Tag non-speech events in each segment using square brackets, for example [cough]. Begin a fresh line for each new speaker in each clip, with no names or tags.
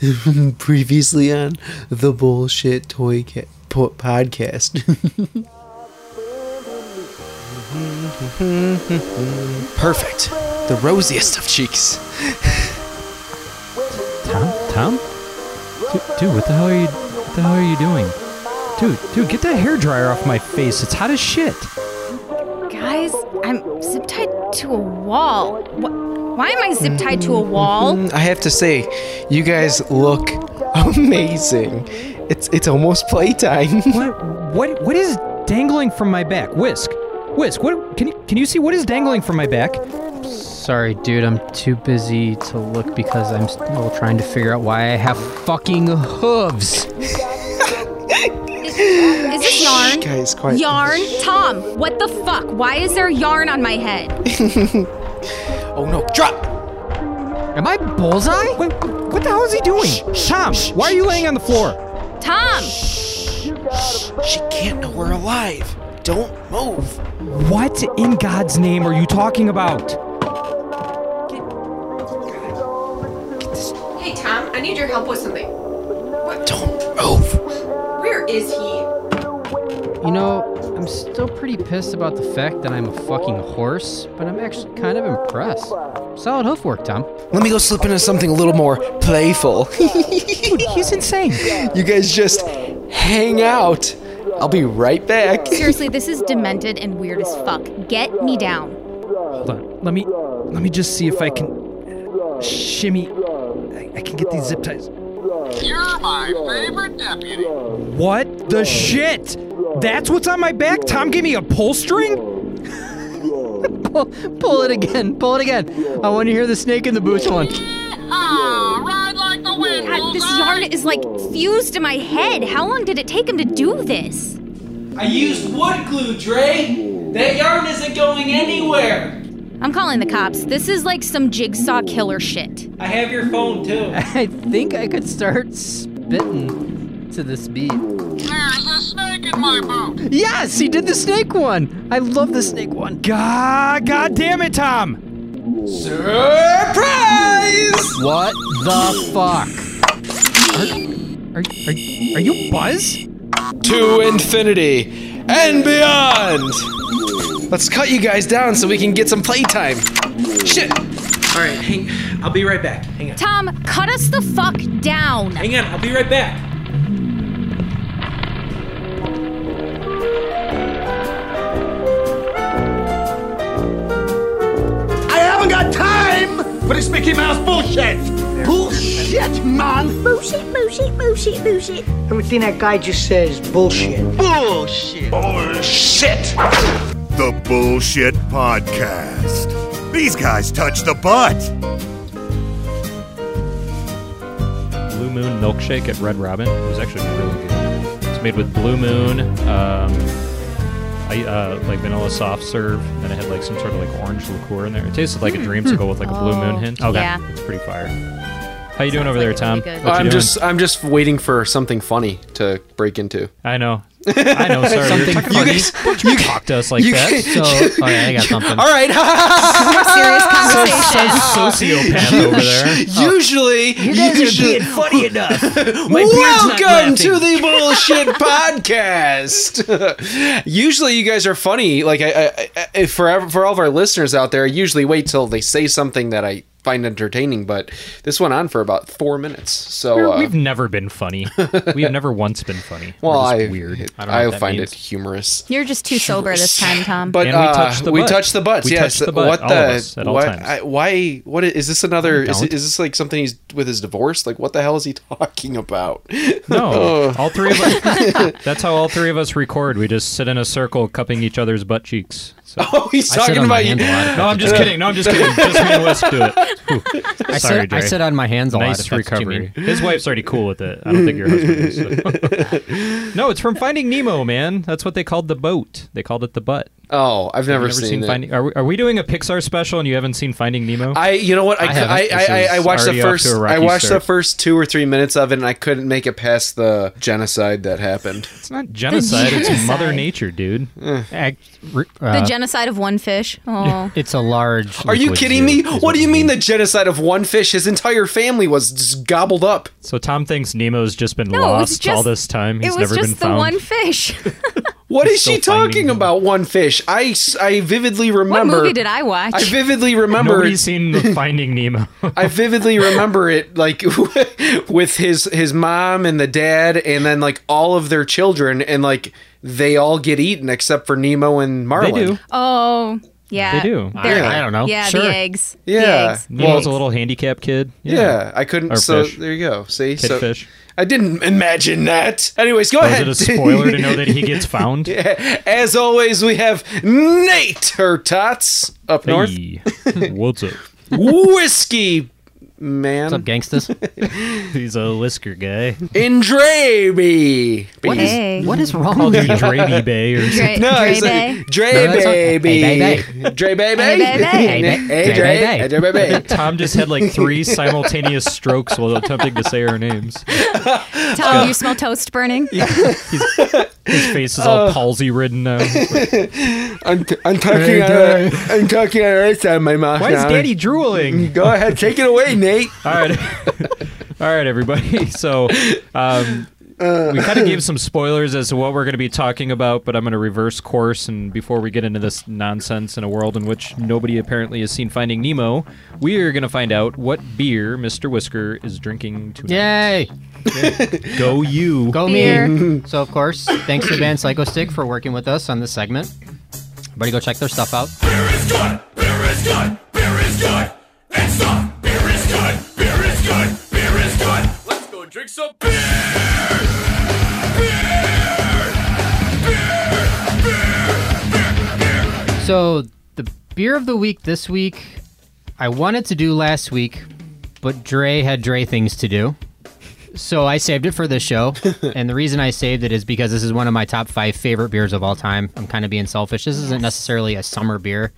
[laughs] Previously on the bullshit toy ca- po- podcast. [laughs] Perfect. The rosiest of cheeks.
Tom? Tom? Dude, dude, what the hell are you? What the hell are you doing? Dude, dude, get that hair dryer off my face. It's hot as shit.
Guys, I'm zip tied to a wall. Wh- Why am I zip tied to a wall?
Mm, I have to say, you guys look amazing. It's it's almost playtime. [laughs]
What? What? What is dangling from my back? Whisk, whisk. What? Can you? Can you see what is dangling from my back?
Sorry, dude, I'm too busy to look because I'm still trying to figure out why I have fucking hooves.
Is this yarn?
guys, quiet.
Yarn? Tom, what the fuck? Why is there yarn on my head?
Oh no, drop!
Am I bullseye?
What? What the hell is he doing? Tom, why are you laying on the floor?
Tom!
She can't know we're alive. Don't move.
What in God's name are you talking about?
Hey, Tom, I need your help with something.
Don't move.
Where is he?
You know, I'm still pretty pissed about the fact that I'm a fucking horse, but I'm actually kind of impressed. Solid hoof work, Tom.
Let me go slip into something a little more playful. [laughs]
Dude, he's insane.
you guys just hang out. I'll be right back.
Seriously, this is demented and weird as fuck. Get me down.
Hold on. Let me. Let me just see if I can
uh,
shimmy. I, I can get these zip ties.
You're my favorite deputy.
What the shit? That's what's on my back? Tom gave me a pull string?
[laughs] Pull, pull it again, pull it again. I want to hear the snake in the boots one.
Ah, ride like the wind.
God, this
Bullseye.
yarn is like fused to my head. How long did it take him to do this?
I used wood glue, Dre. That yarn isn't going anywhere.
I'm calling the cops. This is like some jigsaw killer shit.
I have your phone too.
[laughs] I think I could start spitting to this beat.
There's a snake in my boot.
Yes, he did the snake one. I love the snake one.
God, God damn it, Tom!
Surprise!
What the fuck?
Are, are, are you Buzz?
To infinity and beyond. Let's cut you guys down so we can get some playtime. Shit.
All right, hang. I'll be right back. Hang on.
Tom, cut us the fuck down.
Hang on. I'll be right back.
I haven't got time for this Mickey Mouse bullshit. Bullshit, man.
Bullshit, bullshit, bullshit, bullshit. Everything that guy just says, bullshit.
Bullshit. Bullshit.
The Bullshit Podcast. These guys touch the butt.
Blue Moon milkshake at Red Robin it was actually really good. It's made with Blue Moon, um, I, uh, like vanilla soft serve, and it had like some sort of like orange liqueur in there. It tasted like a dreamsicle with like a Blue Moon hint.
Oh, yeah.
it's pretty fire. How you doing over
like
there, Tom?
really good.
What
I'm
you doing?
just I'm just waiting for something funny to break into. [laughs]
I know. I know. Sorry, you're
Something
talking,
guys-
about- you talk to us like
you
that.
guys- [laughs]
So, okay, I got
[laughs]
something.
All right. [laughs]
More serious conversation.
sociopath over there.
Usually, usually.
funny enough.
Welcome to the bullshit [laughs] podcast. [laughs] usually, you guys are funny. Like, I, I, I- I, for ev- for all of our listeners out there, I usually wait till they say something that I find entertaining. But this went on for about four minutes. So, uh,
We've never been funny. We've never once been funny. We're
well,
just
I
weird. I, don't know
I,
what that
find
means.
it humorous.
[laughs] You're just too sober this time, Tom.
But
And we
uh,
touch the
we
butt.
touch the butts.
We
yes.
touch the butt,
what
all
the?
of us, at all
what-
times.
I- why? What is, is this? Another? Is,
don't.
is this like something he's with his divorce? Like, what the hell is he [laughs] talking about? [laughs]
No, all three of us. that's how all three of us record. We just sit in a circle, cupping each other's butt cheeks. So.
Oh, he's
I sit
talking
on my
about you.
hand a lot.
No, I'm just kidding. No, I'm just kidding. [laughs] Just me and Wes do it. Ooh.
I
Sorry,
sit, I
Dre.
sit on my hands a lot.
nice
if that's what you
recovery.
mean.
His wife's already cool with it. I don't think your husband is. so. no, it's from Finding Nemo, man. That's what they called the boat. They called it the butt.
Oh, I've never,
Never
seen,
seen
it.
Finding. Are we, are we doing a Pixar special and you haven't seen Finding Nemo?
I you know what I
I
cou-
haven't.
I,
This
I, I, I
is
watched the
already off
first
to a rocky
I watched
start.
the first two or three minutes of it and I couldn't make it past the genocide that happened.
It's not genocide. It's Mother
genocide.
Nature, dude. uh,
the genocide of one
[laughs]
fish. Oh.
It's a large.
Are you
liquid
kidding
zoo,
me?
is
What do you mean the genocide of one fish? His entire family was just gobbled up.
So Tom thinks Nemo's just been
No, it was
lost
just
all this time. He's
it was
never
just
been
the
found.
one fish. [laughs]
What is
still
she talking
finding-
about? One fish. I, s- I vividly
what
remember.
movie did I watch?
I vividly remember.
Nobody's
[laughs]
seen the Finding Nemo.
I vividly remember it like with his his mom and the dad and then like all of their children and like they all get eaten except for Nemo and
they
Marlin.
do.
oh, yeah.
They do.
I,
Yeah.
I don't know.
Yeah,
Sure.
the eggs. The
Yeah.
eggs.
Well,
Nemo's a little handicapped kid.
Yeah, I couldn't.
Or
so
fish.
there you go. See,
Kid
so [laughs]
fish.
I didn't imagine that. Anyways, go
Was
ahead.
it a spoiler to know that he
[laughs]
gets found?
As always, we have Nate her tots up north.
[laughs] Hey, what's up?
Whiskey man
What's up, gangsters?
[laughs] He's a whisker guy.
and Draby.
What is-
[laughs]
Hey.
what is wrong
Called
with
you
you?
Dravey Bay or something.
Dre,
No,
Dre
it's
Bay.
like Dre
No, that's okay.
baby,
Hey,
Dre baby,
Hey, baby.
Hey,
Hey,
Dre,
ba-
Hey,
Dre,
Dre baby.
Tom just had like three simultaneous strokes while attempting to say our names.
Tell him you smell toast burning.
His face is all uh, palsy ridden now.
I'm, t- I'm talking.
Hey,
on
Dre.
a- I'm talking on the right side of my mouth.
Why is
now. [laughs]
Daddy drooling?
Go ahead, take it away, Nate.
All right, [laughs] all right, everybody. [laughs] So um, we kind of gave some spoilers as to what we're going to be talking about, but I'm going to reverse course. And before we get into this nonsense in a world in which nobody apparently has seen Finding Nemo, we are going to find out what beer Mr. Whisker is drinking tonight.
Yay!
Go you.
Go
Beer.
me. So, of course, thanks to the band Psycho Stick for working with us on this segment. Everybody go check their stuff out.
Beer is good. Beer is good. Beer is good. And stop. Beer is good. Beer is good. Beer is good. Let's go drink some beer.
So, the beer of the week this week, I wanted to do last week, but Dre had Dre things to do. So I saved it for
[laughs]
this show. and the reason I saved it is because this is one of my top five favorite beers of all time. I'm kind of being selfish. This isn't necessarily a summer beer,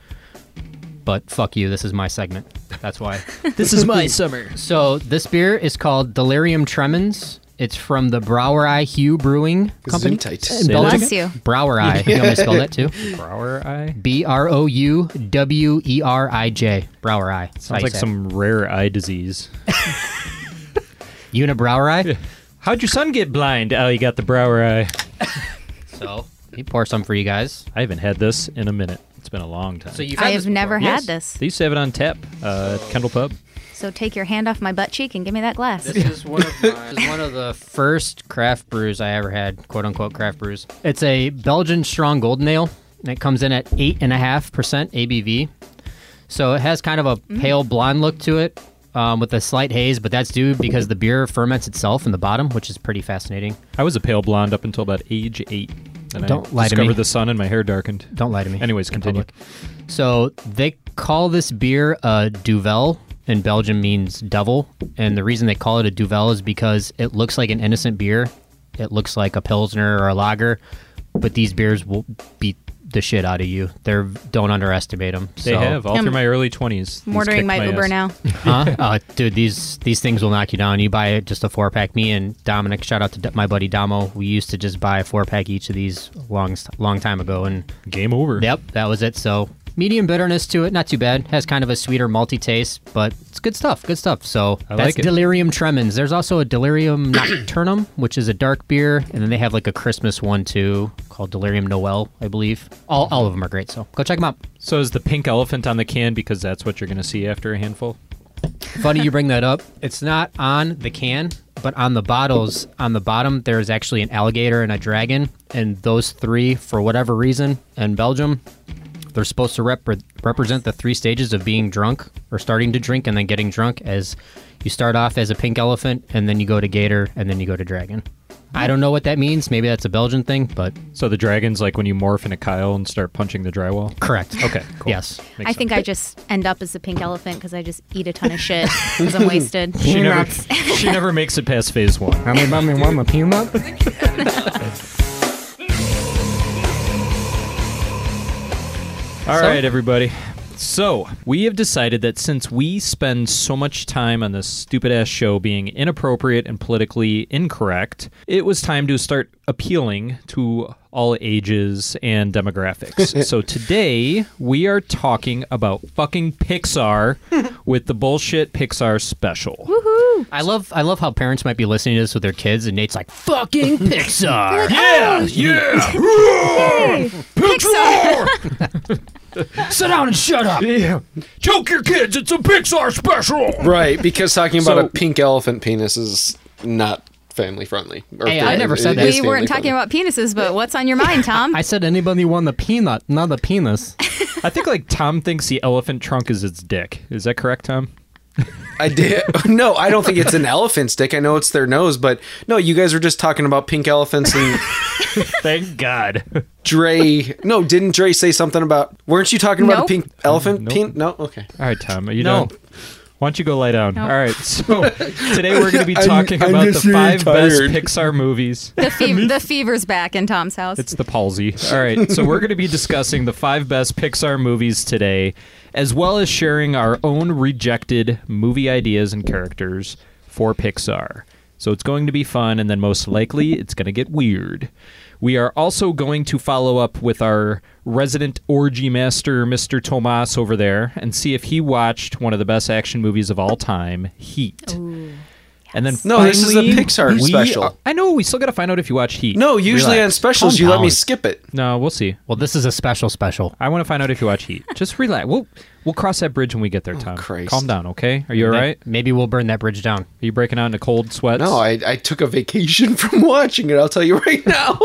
but fuck you. This is my segment. That's why.
This is my summer.
So this beer is called Delirium Tremens. It's from the Brouwerij Hugh Brewing Company.
Zootitis.
in Belgium.
Bless you.
Brouwerij. You want me to spell that too?
Brower eye.
B R O U W E R I J. Brouwerij. That's how
Sounds
you
like
say it.
some rare eye disease.
Unibrouwerij.
How'd your son get blind? Oh, he got the brower eye.
[laughs] So he pour some for you guys.
I haven't had this in a minute. It's been a long time.
So you've had
I
this
have
before.
never
Yes.
had this.
They used to have it on tap uh, at Kendall Pub.
So take your hand off my butt cheek and give me that glass.
This is one of my, this is one of the first craft brews I ever had, quote unquote craft brews. It's a Belgian strong golden ale. And it comes in at eight and a half percent ABV. So it has kind of a pale blonde look to it, um, with a slight haze, but that's due because the beer ferments itself in the bottom, which is pretty fascinating.
I was a pale blonde up until about age eight. And
Don't
I
lie to
discovered
me.
the sun and my hair darkened.
Don't lie to me.
Anyways,
in
continue.
public. So they call this beer a duvel. In Belgium means devil, and the reason they call it a duvel is because it looks like an innocent beer. It looks like a pilsner or a lager, but these beers will beat the shit out of you. They're don't underestimate them.
They have all
I'm
through my early 20s.
I'm ordering my, Uber now.
[laughs] huh? uh, dude, these these things will knock you down. You buy just a four pack. Me and Dominic, shout out to D- my buddy Damo. We used to just buy a four pack each of these long long time ago, and
Game over.
Yep, that was it. So medium bitterness to it, not too bad. Has kind of a sweeter malty taste, but it's good stuff. Good stuff. So
I
that's
like it.
Delirium Tremens. There's also a Delirium Nocturnum, which is a dark beer, and then they have like a Christmas one too called Delirium Noel, I believe. All all of them are great. So go check them out.
So is the pink elephant on the can because that's what you're going to see after a handful?
Funny you bring that up. It's not on the can, but on the bottles, on the bottom, there is actually an alligator and a dragon. And those three, for whatever reason, in Belgium, they're supposed to rep- represent the three stages of being drunk or starting to drink and then getting drunk. As you start off as a pink elephant, and then you go to gator, and then you go to dragon. I don't know what that means. Maybe that's a Belgian thing, but
So the dragon's like when you morph into Kyle and start punching the drywall?
correct.
Okay, cool.
Yes.
Makes
I think I just end up as a pink elephant because I just eat a ton of shit
[laughs]
because I'm wasted.
sense. she never, [laughs] she never makes it past phase one.
I mean, I mean, I'm a peanut.
All
So-
right, everybody. So, we have decided that since we spend so much time on this stupid ass show being inappropriate and politically incorrect, it was time to start appealing to all ages and
[laughs]
demographics. so, today we are talking about fucking
[laughs]
Pixar with the bullshit Pixar special.
Woohoo! I love I love how parents might be listening to this with their kids, and Nate's like, "Fucking Pixar."
Yeah, yeah.
Pixar.
[laughs] Sit down and shut up.
Yeah. Choke your kids. It's a Pixar special.
Right, because talking about
So-
a pink elephant penis is not family friendly. Or
Hey, I
fam-
never said
it
that.
is
We
we weren't
family
talking about penises, but what's
[laughs]
on your mind, Tom?
I said anybody won the peanut, not the penis.
I think like Tom thinks the elephant trunk is its dick. Is that correct, Tom?
I did. [laughs] No, I don't think it's an elephant's dick. I know it's their nose, but no, you guys were just talking about pink elephants and
Thank God.
Dre. No, didn't Dre say something about? Weren't you talking about
Nope.
a pink elephant? Pink? No. Okay.
All right, Tom, are you
No.
done? Why don't you go lie down?
No.
All right, so today we're going to be
I'm-
talking
I'm
about the
just really
five best
tired.
Pixar movies.
[laughs]
the, fe- the fever's back in Tom's house.
It's the palsy. All right, so we're going to be discussing the five best Pixar movies today, as well as sharing our own rejected movie ideas and characters for Pixar. So it's going to be fun, and then most likely it's going to get weird. We are also going to follow up with our resident orgy master, Mr. Tomas, over there, and see if he watched one of the best action movies of all time, Heat. And then
No, this is a
finally,
Pixar
we-
special.
I know. We still got to find out if you watched Heat.
No, usually on
Relax.
specials
Calm
you let me
down.
skip it.
No, we'll see.
Well, this is a special special.
I want to find out if you
[laughs]
watch Heat. Just relax. We'll we'll cross that bridge when we get there, Tom.
Oh, Christ.
Calm down, okay? Are you all
May-
right?
Maybe we'll burn that bridge down.
Are you breaking out into cold sweats?
No, I, I took a vacation [laughs] from watching it. I'll tell you right now.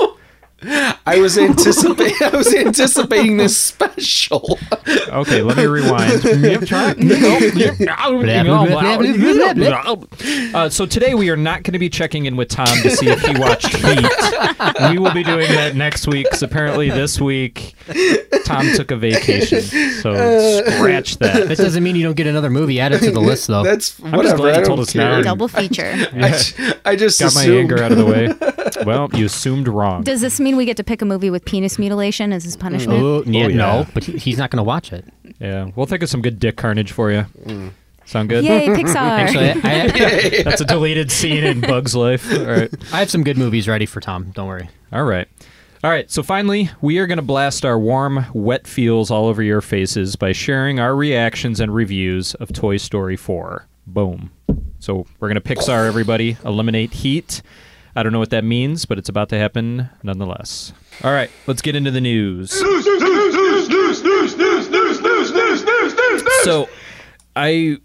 I was anticipating. I was anticipating this [laughs] special.
Okay, let me
[laughs]
rewind.
[laughs]
uh, so today we are not going to be checking in with Tom to see if he watched
[laughs]
Heat. We will be doing that next week. 'cause apparently this week Tom took a vacation, so
Uh,
scratch
[laughs]
that.
That doesn't mean you don't get another movie added to the list, though.
That's
I'm
whatever.
just
I
glad you
don't
told us
care.
now.
[laughs]
Double feature.
[laughs] I, ju- I just
Got my
assumed-
anger out of the
[laughs]
way. Well, you assumed wrong.
Does this mean we get to pick a movie with penis mutilation as his punishment?
Oh, yeah,
Oh, yeah.
no, but he- he's not going to watch [laughs] it.
Yeah, we'll think of some good dick carnage for you. Sound good?
Yay, Pixar.
Actually,
[laughs]
I,
That's a deleted [laughs] scene in Bug's life. All right.
I have some good movies ready for Tom. Don't worry.
All right. All right. So finally, we are going to blast our warm, wet feels all over your faces by sharing our reactions and reviews of Toy Story 4. Boom. So we're going to Pixar everybody, eliminate heat. I don't know what that means, but it's about to happen nonetheless. All right, let's get into the news. So, I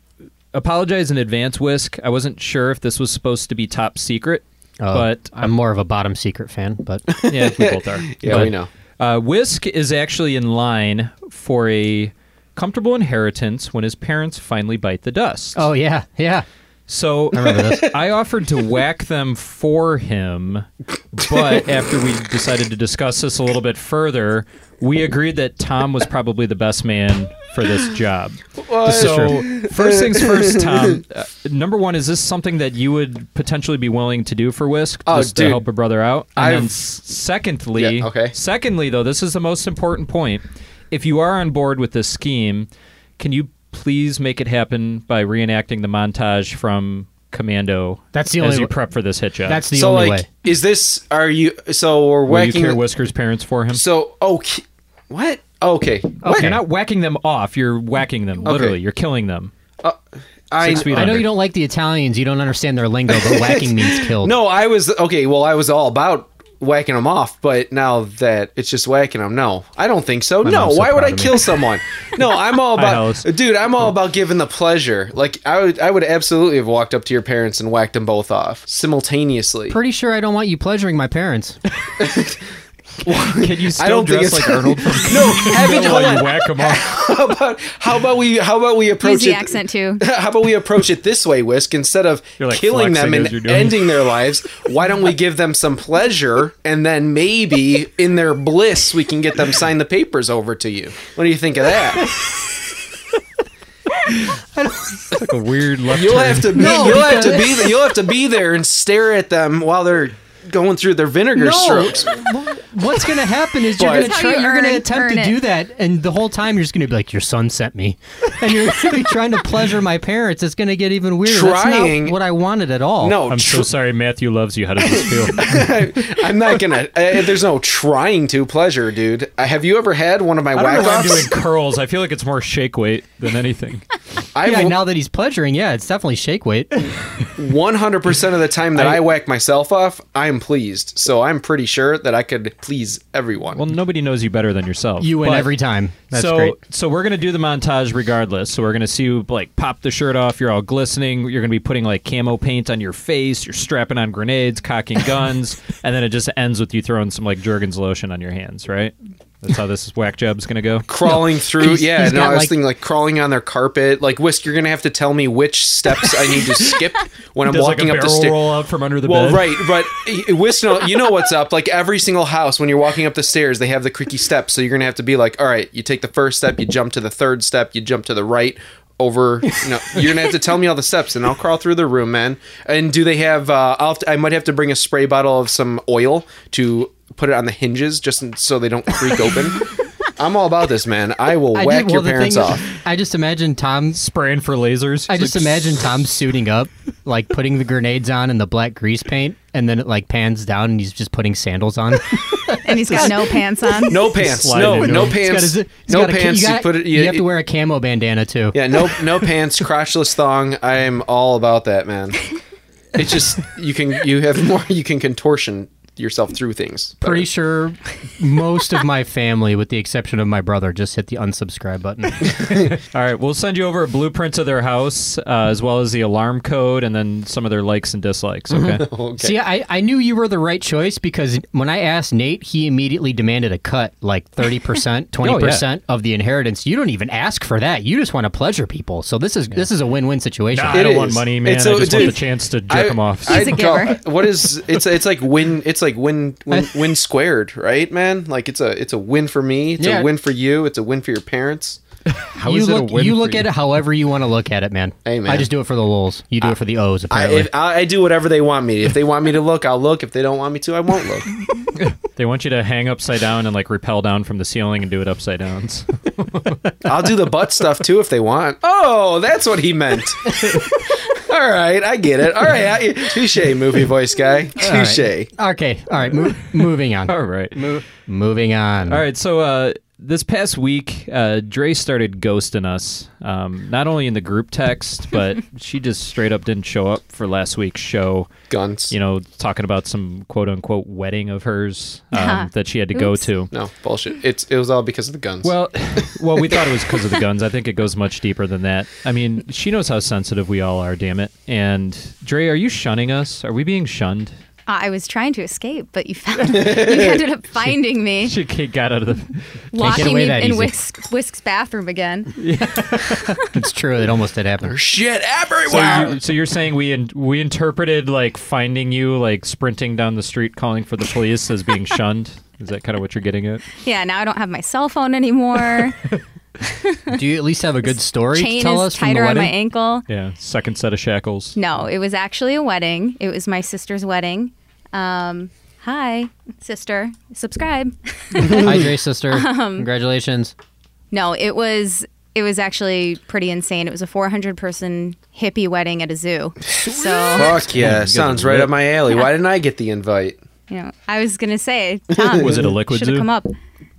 apologize in advance, Whisk. I wasn't sure if this was supposed to be top secret,
Uh,
but
I'm more of a bottom secret fan,
[laughs]
but
yeah, we both are. [laughs]
Yeah,
But,
we know.
Uh, Whisk is actually in line for a comfortable inheritance when his parents finally bite the dust.
oh yeah, yeah.
So [laughs] I, offered to whack them for him, but after we decided to discuss this a little bit further, we agreed that Tom was probably the best man for this job. So first things
[laughs]
first, Tom. Uh, number one, is this something that you would potentially be willing to do for Whisk
Oh,
just to
dude.
help a brother out? And then
I've-
s- secondly,
Yeah, okay.
secondly though, this is the most important point. If you are on board with this scheme, can you please make it happen by reenacting the montage from Commando?
That's the
as
only
you
w-
prep for this hit job.
That's the
so
only
like,
way.
is this? Are you? So we're
Will you
whacking.
cure Whisker's parents for him.
so okay, what? Okay,
You're not whacking them off. You're whacking them. Literally, you're killing them.
I,
Six feet
I know
under.
you don't like the Italians. You don't understand their lingo,
[laughs]
but whacking means killed.
No, I was okay. Well, I was all about whacking them off, but now that it's just whacking them, no, I don't think so. no,
mom's so
why would
proud
I
of me.
kill someone?
[laughs]
No, I'm all
Hi,
[laughs]
Alice.
about dude. I'm all about giving the pleasure. Like I would, I would absolutely have walked up to your parents and whacked them both off simultaneously.
Pretty sure I don't want you pleasuring
[laughs]
my parents.
Can you still
I don't think
dress
it's
like Arnold from
[laughs] no. Having, hold
while you
on.
whack
[laughs]
him off?
How about how about we how about we approach
Easy
it?
accent too.
How about we approach it this way, Whisk? Instead of
You're, like,
killing them
flexing as you're
and
doing it.
ending their lives, why don't we give them some pleasure and then maybe in their bliss we can get them sign the papers over to you? What do you think of that?
It's like a weird left
You'll
turn.
have to be, you'll have to be you'll have to be there and stare at them while they're going through their vinegar
No.
strokes.
What's gonna happen is you're
But-
gonna
That's
try,
how
you
you
are gonna
earn-
attempt
earn
to
it.
do that, and the whole time you're just gonna be like, "Your son sent me," and you're gonna be trying to pleasure my parents. It's gonna get even weirder. That's not
Trying-
what I wanted at all.
No,
I'm so
tr-
sorry. Matthew loves you. How does
[laughs]
this feel?
I'm not gonna. Uh, there's no trying to pleasure, dude. Uh, have you ever had one of my
I don't know
whack
why I'm
offs?
doing curls. I feel like it's more shake weight
[laughs]
than anything.
I
yeah,
will-
now that he's pleasuring, yeah, it's definitely shake weight.
One hundred percent of the time that I, whack myself off, I'm pleased. So I'm pretty sure that I could please everyone.
Well, nobody knows you better than yourself.
You win
But- [laughs]
every time. That's
so,
great.
so we're gonna do the montage regardless. So we're gonna see you like pop the shirt off. You're all glistening. You're gonna be putting like camo paint on your face. You're strapping on
[laughs]
grenades, cocking guns, and then it just ends with you throwing some like Jergens lotion on your hands. Right? That's
[laughs]
how this whack job's gonna go.
crawling through.
He's-
yeah,
he's
no,
got,
I was
like-
thinking like crawling on their carpet. Like Whisk, you're gonna have to tell me which steps I need to
[laughs]
skip when I'm
Does,
walking
like a
up the
barrel
stairs.
roll out from under the
well,
bed.
right, but eh, Whisk, no, you know what's up. Like every single house, when you're walking up the stairs, they have the creaky steps. So you're gonna have to be like, all right, you take the first step, you jump to the third step, you jump to the right. Over, you know, [laughs] you're gonna have to tell me all the steps, and I'll crawl through the room, man. And do they have? Uh, I'll have to- I might have to bring a spray bottle of some oil to put it on the hinges, just so they don't creak
[laughs]
open. I'm all about this, man. I will
I
whack
did,
your
well, the
parents
thing is,
off.
I just imagine Tom.
Spraying for lasers.
I just
[laughs]
imagine Tom suiting up, like putting the grenades on and the black grease paint, and then it like pans down and he's just putting sandals on.
And he's got no pants
[laughs]
on.
[laughs] No pants.
slide
No,
into
no
it. It's
pants.
He's got his- he's
no
got a ca-
pants.
You,
You,
got-
put it.
you have to wear a camo bandana too.
Yeah, no, no pants. Crotchless thong. I am all about that,
[laughs]
man. It's just you can you have more. You can contortion yourself through things. better.
Pretty sure most of my family, with the exception of my brother, just hit the unsubscribe button.
All right, we'll send you over a blueprint of their house uh, as well as the alarm code and then some of their likes and dislikes.
[laughs]
Okay.
Okay.
See, I, I knew you were the right choice because when I asked Nate, he immediately demanded a cut, like [laughs] 30%, 20% of the inheritance. You don't even ask for that. You just want to pleasure people. So this is this is a win-win situation.
Nah, I don't
It
want
is.
money, man.
It's
I
so-
just want the
dude,
chance to jerk them off.
He's a
I'd call-
giver.
what is it's it's
[laughs]
like win it's like win win win squared right man like it's a it's a win for me it's
Yeah.
a win for you it's a win for your parents
How
you
is
look,
it a win
you
for
look at it however you want to look at it, man.
Hey, man.
I just do it for the lulz. You do it for the O's,
I,
apparently.
if- I I do whatever they want me to. if they want me to look I'll look if they don't want me to I won't look
They want you to hang upside down and like repel down from the ceiling and do it upside down.
I'll do the butt stuff too if they want. Oh, that's what he
[laughs]
meant. All right, I get it. All right, I, touche, movie voice guy. Touche.
okay, all right, [laughs] mo- moving on.
[laughs] All right.
Moving on.
All right. So uh, this past week, uh, Dre started ghosting us, um, not only in the group text, but she just straight up didn't show up for last week's show.
Guns.
You know, talking about some quote unquote wedding of hers um, that she had to go
Oops.
to.
no bullshit. It's it was all because of the guns.
Well, well, we thought it was because of the guns. I think it goes much deeper than that. I mean, she knows how sensitive we all are. Damn it! And Dre, are you shunning us? Are we being shunned? [laughs]
I was trying to escape, but you found you ended
[laughs]
up finding me,
She got out of the.
locking
away
me
that
in
easy.
Whisk, Whisk's bathroom again.
It's true. It almost did [laughs] happen.
shit
So,
everywhere.
you, so you're saying we in, we interpreted like finding you like sprinting down the street calling for the police as being shunned? Is that kind of what you're getting at?
Yeah, now I don't have my cell phone anymore.
Do you at least have a good story to
Chain
tell
is
us from the
tighter on my
wedding?
ankle.
Yeah, second set of shackles.
No, it was actually a wedding. It was my sister's wedding. Um, hi, sister. Subscribe. [laughs]
Hi, Dre sister.
Um,
Congratulations.
No, it was it was actually pretty insane. It was a 400 person hippie wedding at a zoo. So,
Fuck yeah, sounds right up my alley. Why didn't I get the invite?
you know, I was going
[laughs]
to say, Tom,
Was it a liquid
should've
zoo?
come up.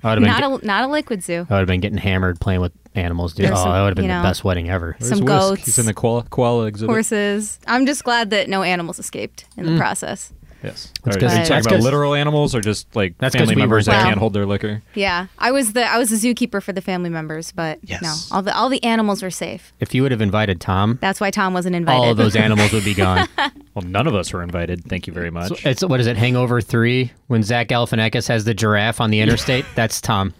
I would have been,
Not
get-
a not a liquid zoo.
Uh,
I would have been getting hammered playing with animals, dude.
There's
oh,
some-
that would have been
you
the
know,
best wedding ever.
Some
Where's Whisk?
goats,
He's in the koala, koala exhibit.
horses. I'm just glad that no animals escaped in
Mm.
the process.
Yes.
That's
All right, Are you
good.
talking
That's
about
good.
literal animals or just like
That's 'cause
family
we were
members that
there.
can't hold their liquor?
Yeah, I was the I was the zookeeper for the family members, but
Yes.
no, all the all the animals were safe.
If you would have invited Tom,
That's why Tom wasn't invited.
all
[laughs]
of those animals would be gone.
Well, none of us were invited. Thank you very much.
So it's what is it? Hangover three when Zach Galifianakis has the giraffe on
[laughs]
the interstate. That's Tom.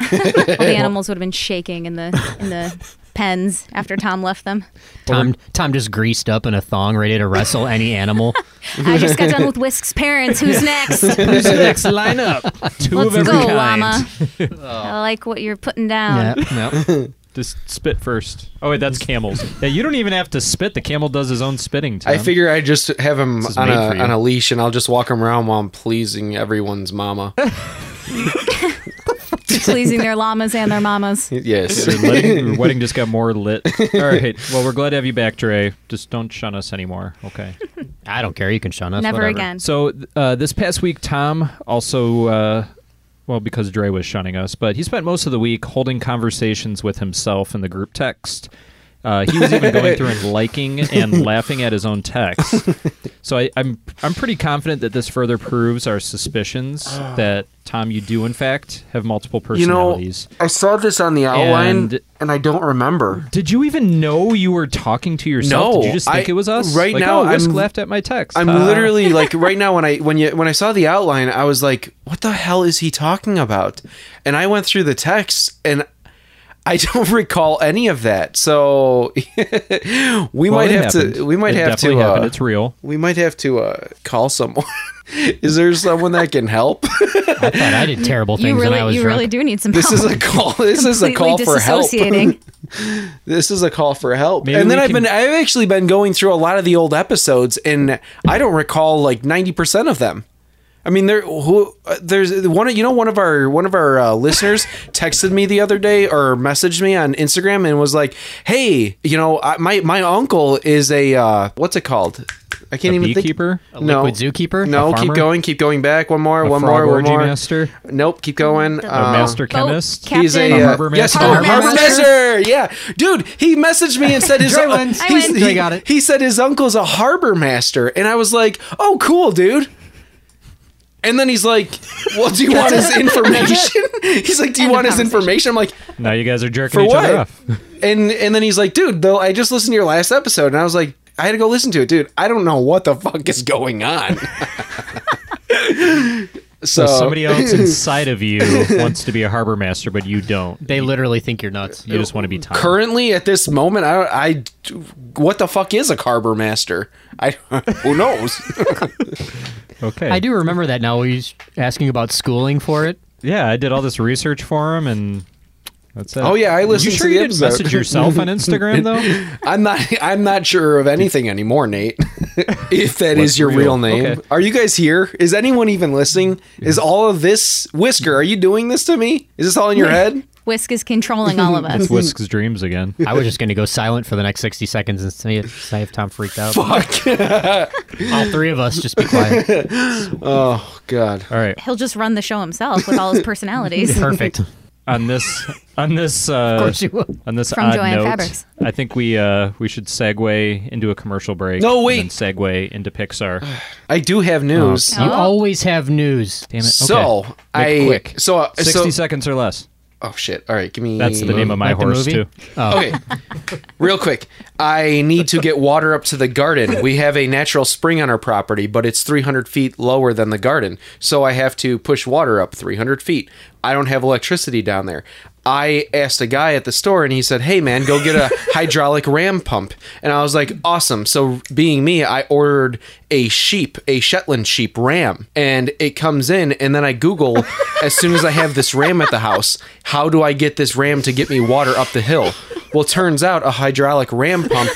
all the animals would have been shaking in the
[laughs]
in the pens after Tom left them.
Tom. Tom just greased up in a thong, ready to wrestle any
[laughs]
animal.
I just got done with Whisk's parents.
[laughs]
Who's next?
Who's the next lineup?
[laughs] Two
Let's
of every
go,
kind.
[laughs] Oh.
[laughs] llama. I like what you're putting down.
yeah, no.
Just spit first. Oh wait, that's
[laughs]
camels. Yeah, you don't even have to spit. The camel does his own spitting. Tom.
I figure I just have him
is
on
made for
a,
you.
on a leash and I'll just walk him around while I'm pleasing everyone's [laughs] mama.
pleasing their llamas and their mamas.
yes. [laughs]
Your wedding, your wedding just got more lit. All right. Well, we're glad to have you back, Dre. Just don't shun us anymore. Okay.
I don't care. You can shun us.
Never
whatever.
again.
So th- uh, this past week, Tom also, uh, well, because Dre was shunning us, but he spent most of the week holding conversations with himself in the group text. Uh, he was even going through and liking and laughing at his own text. So I, I'm I'm pretty confident that this further proves our suspicions that Tom, you do in fact have multiple
You know,
personalities.
I saw this on the outline
And-
and, I don't remember.
Did you even know you were talking to yourself?
No,
Did you just think
I-
it was us?
right
Like,
now,
oh, Risk
I'm-
laughed at my text. Uh,
I'm
Ha.
literally
[laughs]
like right now when I when you when I saw the outline, I was like, "What the hell is he talking about?" And I went through the text, and I [laughs] don't recall any of that. So [laughs] we
Well,
might
it
have to
happened.
we might
It
have to
definitely happened.
uh,
It's real.
we might have to uh, call someone. [laughs] is there someone that can help?
I thought I did terrible
[laughs]
things
You
when
really,
I was
you
drunk.
really do need some
This
help. [laughs]
is a call. This is a
Completely
call for help. [laughs]
disassociating.
This is a call for help.
Maybe
and then
we
I've
can-
been I've actually been going through a lot of the old episodes and I don't recall like 90% of them. I mean there who uh, there's one of- you know one of our one of our uh,
[laughs]
listeners texted me the other day or messaged me on Instagram and was like, "Hey, you know, I, my my uncle is a uh, what's it called? I can't
A
even
beekeeper?
think.
A liquid zookeeper?
No,
A
keep
farmer?
going, keep going back. One more,
A
uh, one
frog
more, one
orgy
more.
master?
Nope, keep going.
The-
Uh,
Oh,
master
Boat
chemist.
captain.
He's a,
A
uh,
harbor
yes,
master?
harbor,
Harbor
master.
master?
Yeah, dude, he messaged me and said his
Dre wins.
he,
I
win.
he-
Dre got it.
he said his uncle's a harbor master, and I was like, oh, cool, dude. And then he's like, well, do you want his information? he's like, do you want
End of
his
conversation.
information? I'm like,
Now you guys are jerking
for
each
what?
other off.
and and then he's like, dude, though I just listened to your last episode, and I was like, I had to go listen to it, dude. I don't know what the fuck is going on. [laughs] so,
So somebody
[laughs]
else inside of you wants to be a harbor master, but you don't.
They literally think you're nuts.
You just want to be Tom.
currently at this moment i i what the fuck is a carver master i who
[laughs]
knows
Okay.
I do remember that now. He's asking about schooling for it.
Yeah, I did all this research for him, and that's it.
Oh, yeah, I listened
You sure
to
you
the
didn't
episode.
message
[laughs]
yourself on Instagram though?
i'm not i'm not sure of anything anymore nate [laughs] if that is your
real?
real, name
Okay.
are you guys here is anyone even listening is all of this whisker are you doing this to me is this all in your
[laughs]
head
Whisk is controlling all
[laughs]
of us.
It's Whisk's dreams again.
I was just going to go silent for the next 60 seconds and see if, see if Tom freaked out.
fuck
All three of us just be quiet.
[laughs] oh god
All right.
He'll just run the show himself
[laughs]
with all his personalities.
Uh,
Perfect.
On this, on this, uh,
course you will.
on this
From
odd
Joann
note,
Fabrics.
I think we uh, we should segue into a commercial break.
No, wait.
And then segue into Pixar.
i do have news
You always have news.
Damn it.
so
Oh, okay.
i
Make quick.
so uh,
sixty
so,
seconds or less.
oh shit all right give me
That's the name of my
Like the
horse
movie?
too. [laughs]
Okay, real quick. I need to get water up to the garden. We have a natural spring on our property, but it's 300 feet lower than the garden. So I have to push water up 300 feet. I don't have electricity down there. I asked a guy at the store and he said, Hey man, go get
[laughs]
a hydraulic ram pump. And I was like, Awesome. So, being me, I ordered a sheep, a Shetland sheep ram, and it comes in. And then I
[laughs]
Google, as soon as I have this ram at the house, how do I get this ram to get me water up the hill? Well, turns out a hydraulic ram pump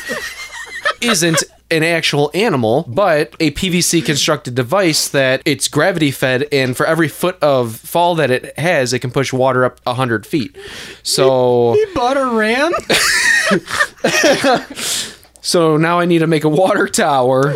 isn't an actual animal, but a PVC constructed device that it's gravity fed, and for every foot of fall that it has, it can push water up 100 feet. So,
Butter Ram?
[laughs] so now I need to make a water tower.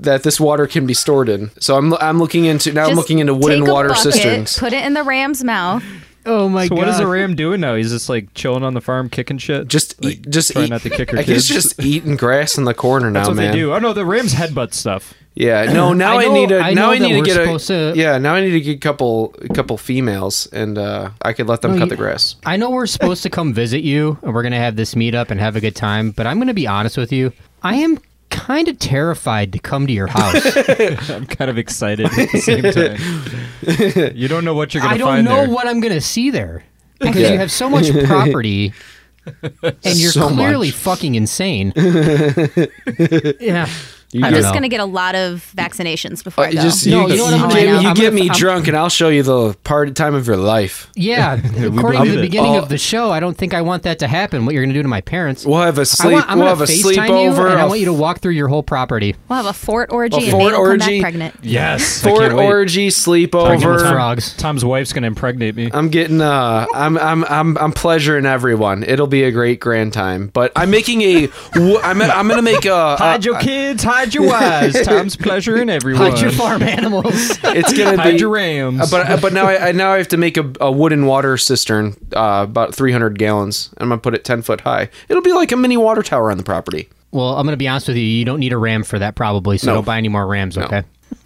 That this water can be stored in, so I'm I'm looking into now. I'm
Just
looking into wooden
take a
water
bucket,
cisterns.
Put it in the ram's mouth.
Oh my
So
god.
what is a ram doing now? He's just like chilling on the farm, kicking shit.
Just
like,
eat, just
try
eat,
not
[laughs]
to kick your
I guess
kids.
just eating grass in the corner now,
That's what
man.
they do. Oh no, the rams headbutt stuff.
[laughs]
Yeah, no. Now I,
I know-
need a.
I
now
know
I
that
need to
we're
get a.
supposed to-
Yeah, now I need to get a couple, a couple females, and uh, I could let them cut
you-
the grass.
I know we're supposed to come visit you and we're going to have this meetup and have a good time, but I'm going to be honest with you. I am kind of terrified to come
[laughs]
to your house.
I'm kind of excited at the same time. [laughs] you don't know what you're gonna
I don't
find
know
there.
what I'm going to see there because
Yeah.
you have
[laughs]
so much property and you're
So
clearly
much. [laughs]
fucking insane. yeah.
You
I'm
get-
just gonna get a lot of vaccinations before I
Uh, You
go.
just you,
you know what
you
I'm-
get,
I'm-
you
I'm
get
gonna-
me
I'm-
drunk, and I'll show you the part time of your life.
[laughs]
Yeah,
we
according to
believe
the
it.
beginning
Oh.
of the show, I don't think I want that to happen. What you're going to do to my parents?
We'll have a sleep.
I'm
we'll
gonna
have a
FaceTime
sleepover.
you, and I
I'll-
want you to walk through your whole property.
We'll have a fort orgy
A
and
fort
Nate will come
orgy?
back pregnant.
Yes. I
Fort
can't wait.
orgy
Pregnant with
sleepover.
frogs. Tom's wife's gonna impregnate me.
I'm getting uh I'm I'm I'm I'm pleasuring everyone. It'll be a great grand time. But I'm making a w- I'm I'm going to make a,
Hide your
a-
kids, hide your wives. Tom's pleasure in everyone.
Hide your farm [laughs] animals.
it's going to
Hide
be
your rams.
Uh, but but now I, I now I have to make a, a wooden water cistern uh, about 300 gallons. and I'm going to put it 10 foot high. It'll be like a mini water tower on the property.
well, I'm going to be honest with you. You don't need a ram for that, probably. So
No.
don't buy any more rams. Okay.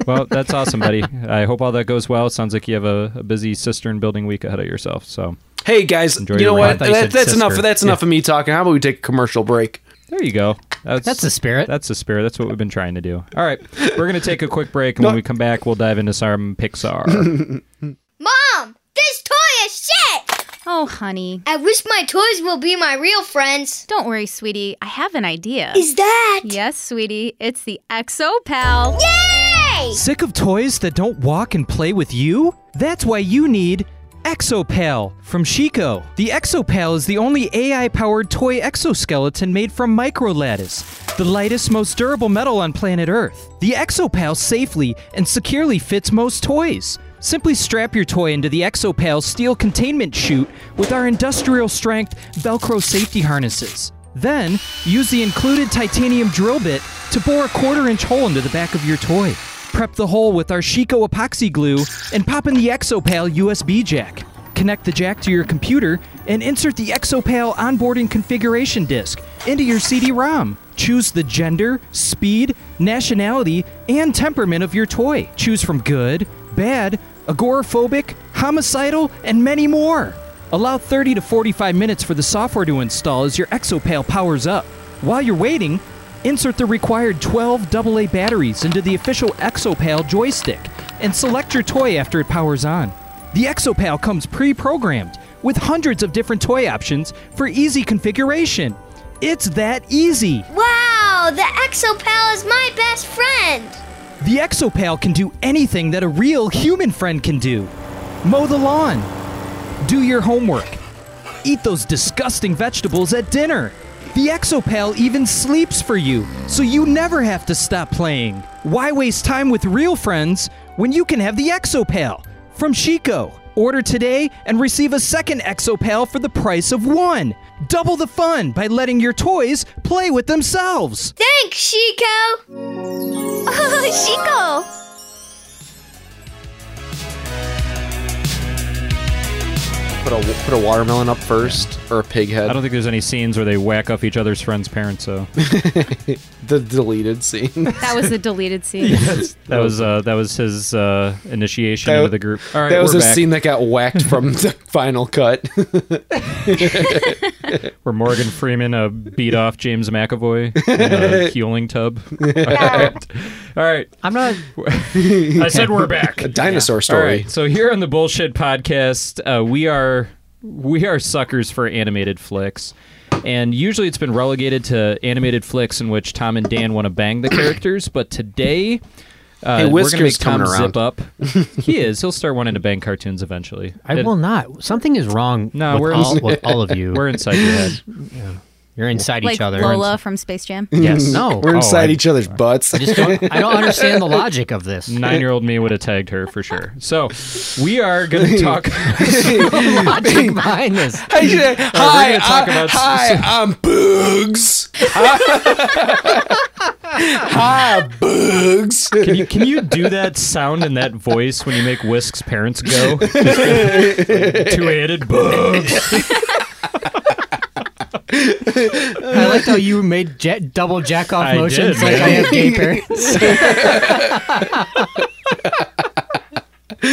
well, that's awesome, buddy. I hope all that goes well. Sounds like you have a, a busy cistern building week ahead of yourself. So
Hey guys,
Enjoy
you
your
know
ride.
what?
I thought you
That,
said
that's enough.
sister.
That's enough of me talking. How about we take a commercial break?
there you go.
That's the spirit.
That's the spirit. That's what we've been trying to do. All right, we're gonna take a quick break, and when we come back, we'll dive into some Pixar.
[laughs] Mom, this toy is shit!
Oh, honey.
I wish my toys will be my real friends.
Don't worry, sweetie. I have an idea.
Is that?
Yes, sweetie. It's the Exo Pal.
Yay!
Sick of toys that don't walk and play with you? That's why you need Exopal from Chico. The Exopal is the only AI powered toy exoskeleton made from microlattice, the lightest, most durable metal on planet Earth. The Exopal safely and securely fits most toys. Simply strap your toy into the Exopal steel containment chute with our industrial strength Velcro safety harnesses. Then, use the included titanium drill bit to bore a quarter inch hole into the back of your toy. Prep the hole with our Chico epoxy glue and pop in the Exopal USB jack. Connect the jack to your computer and insert the Exopal onboarding configuration disk into your CD ROM. Choose the gender, speed, nationality, and temperament of your toy. Choose from good, bad, agoraphobic, homicidal, and many more. Allow 30 to 45 minutes for the software to install as your Exopal powers up. While you're waiting, insert the required 12 AA batteries into the official Exopal joystick and select your toy after it powers on. The Exopal comes pre programmed with hundreds of different toy options for easy configuration. It's that easy!
Wow, the Exopal is my best friend!
The Exopal can do anything that a real human friend can do mow the lawn, do your homework, eat those disgusting vegetables at dinner. The Exopal even sleeps for you, so you never have to stop playing. Why waste time with real friends when you can have the Exopal from Chico? Order today and receive a second Exopal for the price of one. Double the fun by letting your toys play with themselves.
Thanks, [laughs] Chico! Oh, Chico!
Put a put a watermelon up first or a pig
I
head.
don't think there's any scenes where they whack off each other's friends' parents. So
The deleted scene.
That was
[laughs]
the deleted scene.
that was uh, that was his uh, initiation into the group. All right,
that was
we're
a
back.
scene that got whacked [laughs] from the final [laughs] cut.
where Morgan Freeman uh, beat off James McAvoy
[laughs]
in a healing tub. [laughs] All right. All right.
I'm not.
I said we're [laughs] back.
a dinosaur
All
story.
right. So here on the bullshit podcast, uh, we are we are suckers for animated flicks. And usually it's been relegated to animated flicks in which Tom and Dan want to bang the characters, but today uh,
Hey,
we're gonna
Whisker's
make Tom
coming around.
zip up. he is. He'll start wanting to bang cartoons eventually.
I
It-
will not. Something is wrong.
No,
with
we're
all,
ins-
with all of you.
[laughs] We're inside your
[laughs]
head.
You're inside
like
each other.
Lola from Space Jam.
[laughs]
Yes. No. Oh,
We're inside
I-
each other's butts. [laughs]
I just don't, I don't understand the logic of this.
Nine year old me would have tagged her for sure. So we are going to talk.
logic behind this.
Hi,
hi,
talk
I,
about-
hi, [laughs] I'm Bugs. hi, Bugs.
Can you, can you do that sound and that voice when you make Whisk's
[laughs]
parents go? Two handed bugs.
I liked how you made ja double jack off
I
motions
did,
like
man.
I have gay parents.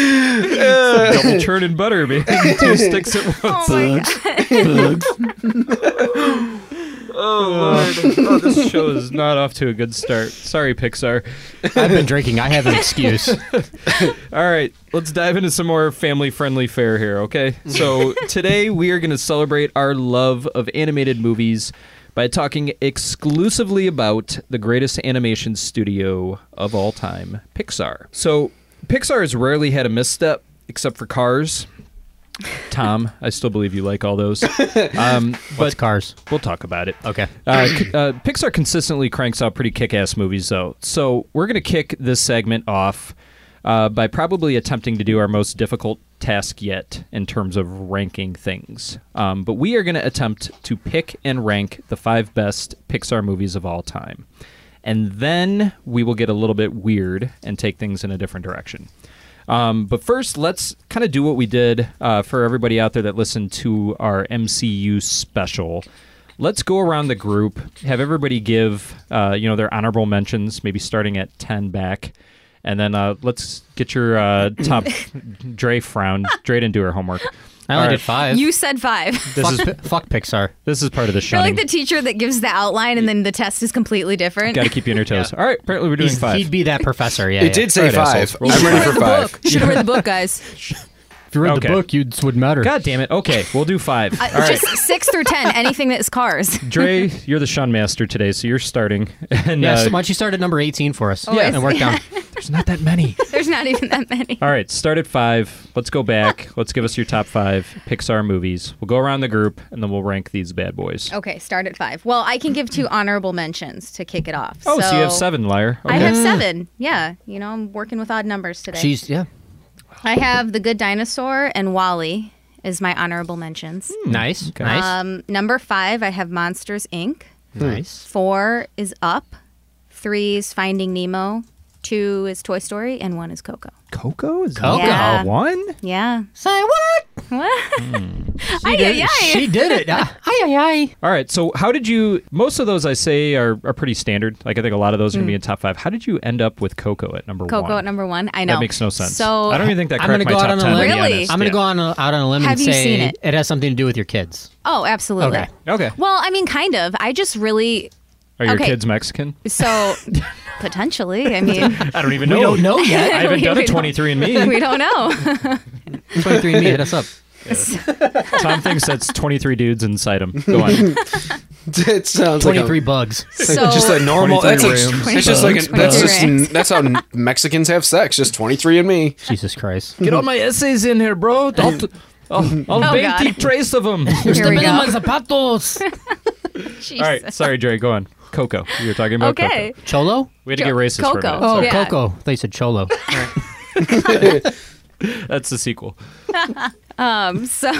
Double churn and
[laughs]
butter, man. Two sticks at once.
Oh my god.
Oh, Lord. Oh, this show is not off to a good start. Sorry, Pixar.
I've been drinking. I have an [laughs] excuse.
All right, let's dive into some more family friendly fare here, okay? So, today we are going to celebrate our love of animated movies
by talking exclusively about the greatest animation studio of all time, Pixar. So, Pixar has rarely had a misstep except for Cars. Tom, I still believe you like all those. Um, but
Cars?
We'll talk about it.
Okay.
Uh, c- uh, Pixar consistently cranks out pretty kick-ass movies, though. So we're going to kick this segment off uh, by probably attempting to do our most difficult task yet in terms of ranking things. Um, but we are going to attempt to pick and rank the five best Pixar movies of all time, and then we will get a little bit weird and take things in a different direction. Um, but first, let's kind of do what we did uh, for everybody out there that listened to our MCU special. Let's go around the group, have everybody give uh, you know their honorable mentions, maybe starting at ten back, and then uh, let's get your uh, top. Dre frowned. Dre didn't do her homework.
I only did five.
You
[laughs]
said five.
This is
fuck, fuck Pixar.
This is part of the
You're
show.
like the teacher that gives the outline and then the test is completely different.
Got to keep you on your [laughs] toes. All right, apparently we're doing
He's-
five.
he'd be that professor. Yeah,
It
yeah.
did say All right, five. assholes. I'm ready for five.
[laughs]
Should have read the book, guys.
If you read
Okay.
the book, you would matter. Uh,
God damn it. Okay, we'll do five.
Uh,
All right.
just six through ten, anything that's cars. [laughs]
Dre, you're the shun master today, so you're starting. [laughs] And,
yeah, so
uh,
why don't you start at number 18 for us?
Oh, I
And work
see.
[laughs] down.
There's not that many.
There's not even that many.
All right, start at five. Let's go [laughs] back. Let's give us your top five Pixar movies. We'll go around the group and then we'll rank these bad boys.
Okay, start at five. Well, I can give two honorable mentions to kick it off.
Oh, so, you have seven, liar. Oh,
I
Okay.
have seven. Yeah, you know I'm working with odd numbers today.
She's, yeah.
I have The Good Dinosaur and Wally as my honorable mentions.
Hmm.
Nice. Nice.
Um, number five, I have Monsters Inc.
Nice.
Four is Up. Three is Finding Nemo. Two is Toy Story, and one is Coco.
Coco is
Coco.
Yeah.
one.
Yeah. [laughs] Say what?
Hmm.
What? Ay,
did
ay,
it.
ay.
She did it. Ah, [laughs] Aye, aye, aye.
All right, so how did you? Most of those I say are, are pretty standard. Like I think a lot of those are gonna be in top five. How did you end up with Hmm. Coco at number
Coco
one?
at number one. I
That
know.
makes no sense.
So
I don't even think that
I'm gonna
cracked my
go out
top
on a
ten.
limb.
to be
Really?
honest.
I'm going
Yeah.
to go on a, out on a limb
Have
and
you
say
seen it?
has something to do with your kids.
Oh, absolutely.
Okay.
Okay.
Well, I mean, kind of. I just really.
Are your
okay.
kids Mexican? [laughs]
So, potentially. I mean,
I don't even know.
We don't
[laughs]
know yet.
I haven't
[laughs] We-
done
we
a
don't-
23 and me.
we don't know.
23andMe, hit us up.
[laughs]
[laughs]
Tom thinks that's 23 dudes inside him. Go [laughs] on.
[laughs] it sounds like a-
23 bugs.
It's like just a normal. That's
23
like,
rooms.
it's just like a, that's
23
just that's how Mexicans have sex. Just twenty three and me.
Jesus Christ.
Get all my essays in here, bro. I'll, t- I'll, I'll
Oh,
bank
God.
the trace of [laughs] them.
Here we go.
[laughs] zapatos.
Jesus.
all
[laughs]
right. Sorry, Jerry. Go on. Coco. You were talking about
Okay.
Coco.
Cholo?
We had to get racist for a
Coco.
minute.
Oh,
Yeah.
Coco. They said Cholo.
That's the sequel.
Um, [laughs] so,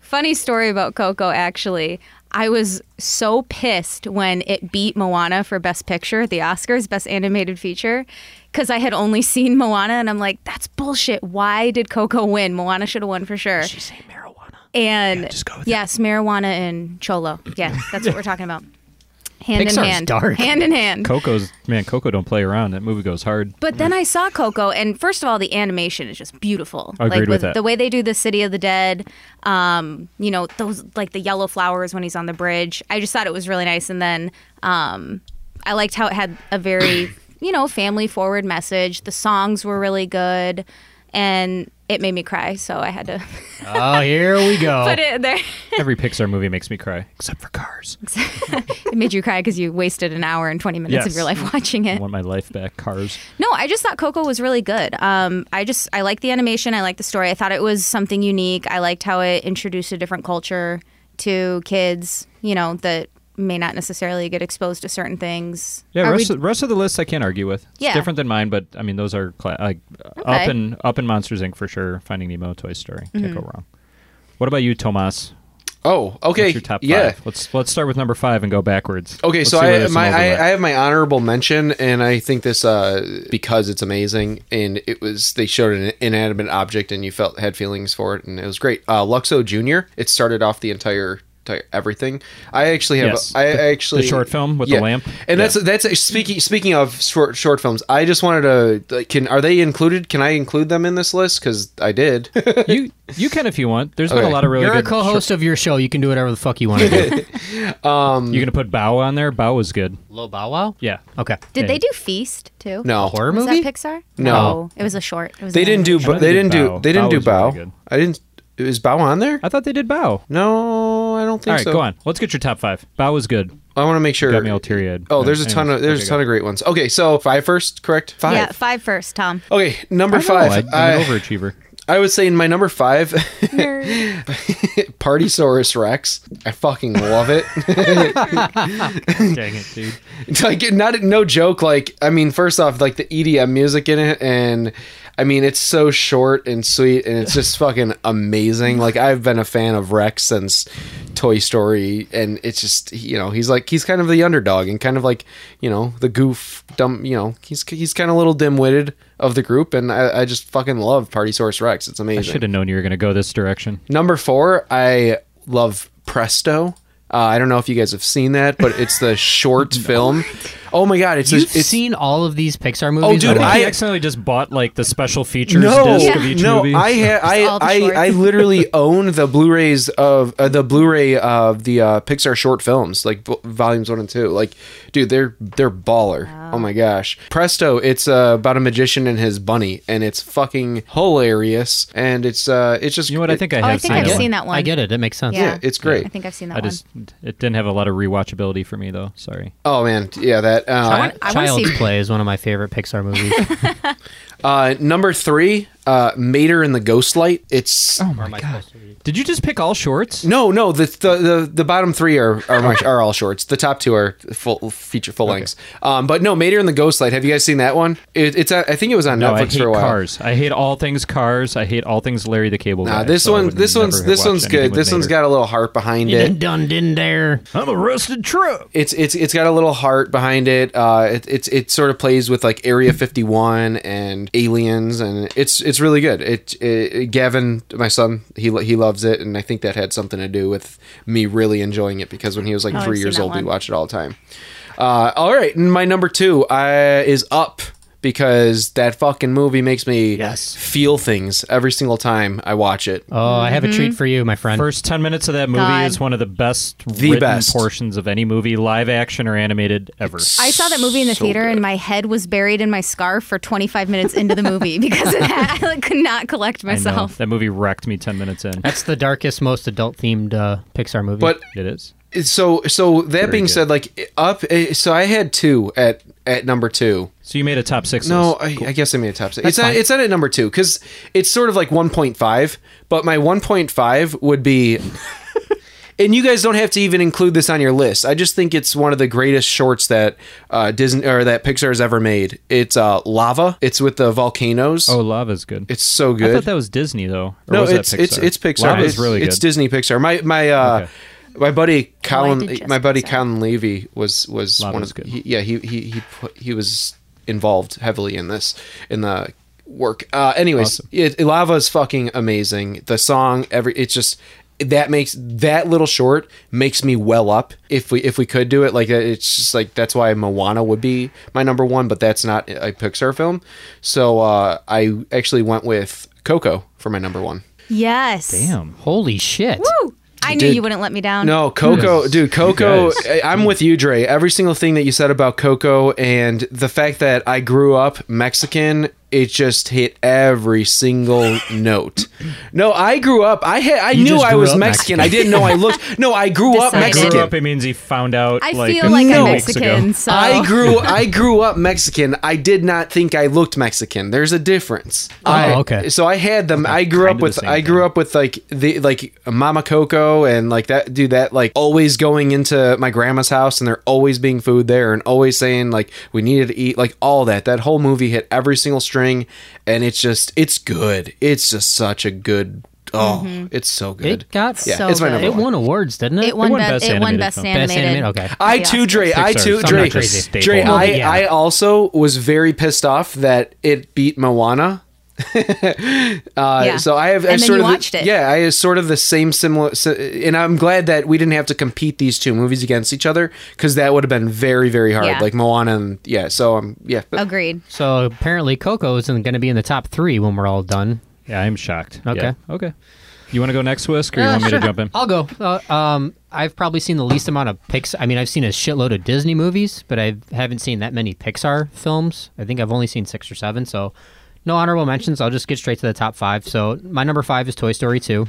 funny story about Coco, actually. I was so pissed when it beat Moana for Best Picture, at the Oscars, Best Animated Feature, because I had only seen Moana and I'm like, that's bullshit. Why did Coco win? Moana should have won for sure. She's saying marijuana. And yes, marijuana and Cholo. Yeah, that's what we're talking about. Hand in
Pixar's
hand.
dark.
Hand in hand.
Coco's, man, Coco don't play around. That movie goes hard.
But then I saw Coco, and first of all, the animation is just beautiful.
I agreed
like
with that.
the way they do the City of the Dead, um, you know, those like the yellow flowers when he's on the bridge. I just thought it was really nice. And then um, I liked how it had a [coughs] very, you know, family forward message. The songs were really good, and it made me cry, so I had to [laughs]
oh, here we go.
put it in there.
Every Pixar movie makes me cry, except for Cars.
it made you cry because you wasted an hour and twenty minutes
Yes.
of your life watching
I
it.
want my life back, Cars.
No, I just thought Coco was really good. Um, I just I liked the animation. I liked the story. I thought it was something unique. I liked how it introduced a different culture to kids. You know that may not necessarily get exposed to certain things.
Yeah,
Are
rest,
we-
of, rest of the list I can't argue with. It's
Yeah.
different than mine, but I mean those are cla- like up
Okay.
and up and Monsters Inc. for sure. Finding Nemo, Toy Story, can't go
Mm-hmm.
wrong. What about you, Tomas?
Oh, okay.
What's your top
yeah.
five? Let's let's start with number five and go backwards.
Okay,
Let's
so
see where
I
there's some
my I,
overlap.
I have my honorable mention, and I think this uh, because it's amazing, and it was they showed an inanimate object, and you felt had feelings for it, and it was great. Uh, Luxo Junior. It started off the entire. entire- Everything. I actually have.
Yes.
I
The- the
actually
short film with the lamp?
And
Yeah.
that's that's speaking speaking of short short films. I just wanted to. like, Can are they included? Can I include them in this list? Because I did.
you you can if you want. There's been a
Okay.
lot of really
You're a
good.
co-host of your show. You can do whatever the fuck you want to
[laughs]
do.
um,
You're gonna put Bow on there. Bow was good.
Low Bow Wow?
Yeah.
Okay.
did they
and-
do Feast too?
no
Horror
Was
movie?
that Pixar? Oh,
No.
it was a short. It was
They
an
didn't do.
animation.
They didn't do. They
Bow
didn't do
was really
bow.
good.
I didn't. Is bow on there?
I thought they did Bow.
No, I I don't think
Uh, All right,
so.
go on. Let's get your top five. Bao was good.
I want to make sure.
Got me all teary-eyed.
Oh, there's a ton
Anyways,
of there's
okay,
a ton
go.
of great ones. Okay, so five first, correct? Five. Oh,
Yeah, five first, Tom.
Okay, number
I know,
five.
I- I'm an overachiever.
[laughs] I would say in my number five, [laughs] Partysaurus Rex. I fucking love
[laughs]
it.
[laughs] Dang it,
[laughs]
dude.
like not no joke. Like I mean, first off, like the EDM music in it, and I mean it's so short and sweet, and it's just fucking amazing. Like I've been a fan of Rex since Toy Story, and it's just you know he's like he's kind of the underdog and kind of like you know the goof dumb you know he's he's kind of a little dim witted of the group, and I, I just fucking love Partysaurus Rex. It's amazing.
I should have known you were going to go this direction.
Number four, I love Presto. Uh, I don't know if you guys have seen that, but it's
[laughs]
the short film. Oh my god, it's
You've
it's
seen all of these Pixar movies.
Oh, dude,
already?
I-
accidentally just bought like the special features
no,
disc of each
no,
movie.
I ha- I
all the shorts.
I, I
[laughs]
literally own the Blu-rays of uh, the Blu-ray of the uh, Pixar short films, like v- volumes one and two. Like, dude, they're they're baller. Oh my gosh, Presto! It's uh, about a magician and his bunny, and it's fucking hilarious. And it's uh, it's just you know
what? I think I
Oh, I have think seen I've that one. seen that one. I get
it. It makes sense.
Yeah, it's great.
I think I've seen that
I just it didn't have a lot of rewatchability for me though. Sorry.
Oh man, yeah, that. Uh,
Chi- Child's Play is one of my favorite Pixar
[laughs]
movies.
Uh, number three, uh, Mater and the Ghostlight. It's oh my god.
Did you just pick all shorts?
No, no. The the the, the bottom three are are, my, are all shorts. The top two are full feature full lengths. Um, but no, Mater and the Ghostlight. Have you guys seen that one? It, it's on- I think it was on
No, I
Netflix
hate
for a while.
cars. I hate all things cars. I hate all things Larry the Cable
Nah,
Guy.
Uh, this
so I
one,
would
this
never
one's
have
this
watched
one's
anything
good.
with
this one's
Mater.
got a little heart behind
You
it.
done done didn't there.
I'm a rusted truck.
It's it's it's got a little heart behind it. Uh, it it's it sort of plays with like Area 51 and aliens, and it's it's really good. It, it Gavin, my son, he lo- he loves it, and I think that had something to do with me really enjoying it because when he was like
Oh,
three
I've seen
years
that
old, we
one.
watched it all the time. Uh, all right, and my number two uh, is up because that fucking movie makes me feel things every single time I watch it.
Oh, I have a
Mm-hmm.
treat for you, my friend.
First ten minutes of that movie
God.
is one of the best
The
written
best.
portions of any movie, live action or animated ever.
I saw that movie in the
So
theater and my head was buried in my scarf for 25 minutes into the movie [laughs] because of that. I like, could not collect
I know.
myself.
That movie wrecked me ten minutes in.
That's the darkest, most adult themed uh, Pixar movie.
But
it is.
so so that being
good.
said like up eh, so i had two at at number two
So you made a top six.
no
list.
I, I guess i made a top six
That's
it's not
fine.
it's not at number two because it's sort of like 1.5 but my 1.5 would
[laughs]
be and you guys don't have to even include this on your list i just think it's one of the greatest shorts that uh disney or that pixar has ever made it's uh lava it's with the volcanoes
Oh, Lava's good.
it's so
I
good
thought that was Disney though. Or
no,
was that
it's it's
Pixar?
it's Pixar.
Lava's
it's
really good.
It's Disney Pixar. My my uh,
Okay.
my buddy
Oh, did
Colin,
Jessica
my buddy
say?
Colin Levy was was one
Lava's
of
good.
he, yeah he he he put, he was involved heavily in this in the work. Uh, anyways,
Awesome.
it, Lava is fucking amazing. The song every it's just that makes that little short makes me well up if we if we could do it like uh, it's just like that's why moana would be my number one but that's not a pixar film so uh i actually went with coco for my number one
Yes.
Damn.
Holy shit.
Woo! I knew
Dude.
you wouldn't let me down.
No, Coco, dude, Coco.
guys.
I- I'm with you, Dre. Every single thing that you said about Coco and the fact that I grew up Mexican, it just hit every single note. No, I grew up. I had. I knew
just
I
grew
was
up
Mexican.
Mexican.
I didn't know I looked. No, I
[laughs]
grew up
Decided.
Mexican.
grew up. It means he found out.
I
like,
feel like
no.
I'm
weeks ago.
Mexican, so
I grew I grew up Mexican. I did not think I looked Mexican. There's a difference. Oh, I,
okay.
So I had them. I grew
kinda
up with
the same
I grew
thing.
up with like the like Mama Coco and like that dude that like always going into my grandma's house and there always being food there and always saying like we needed to eat like all that. That whole movie hit every single string and it's just it's good. It's just such a good oh it's so good.
It got
yeah,
so
it's my number
good.
It
one.
won awards, didn't it?
it won,
won
be-
Best
it won
Animated
best
Film.
Best
animated.
animated. Okay.
I
the
too, Dre. I
Pixar's
too,
not
Dre.
just a
Dre,
staple.
I,
Yeah.
I also was very pissed off that it beat Moana. uh,
Yeah.
So I have I
And then
sort
you
of the-
watched it.
yeah, I is sort of the same similar, si- and I'm glad that we didn't have to compete these two movies against each other because that would have been very very hard.
Yeah.
Like Moana, and yeah. So um, yeah, but
Agreed.
So apparently Coco isn't going to be in the top three when we're all done.
Yeah, I'm shocked.
Okay.
Yeah. Okay. You want to go next, Whisk, or you
Uh,
want me
sure.
to jump in?
I'll go. Uh, um, I've probably seen the least amount of Pixar. I mean, I've seen a shitload of Disney movies, but I haven't seen that many Pixar films. I think I've only seen six or seven. So, no honorable mentions. I'll just get straight to the top five. So, my number five is Toy Story 2.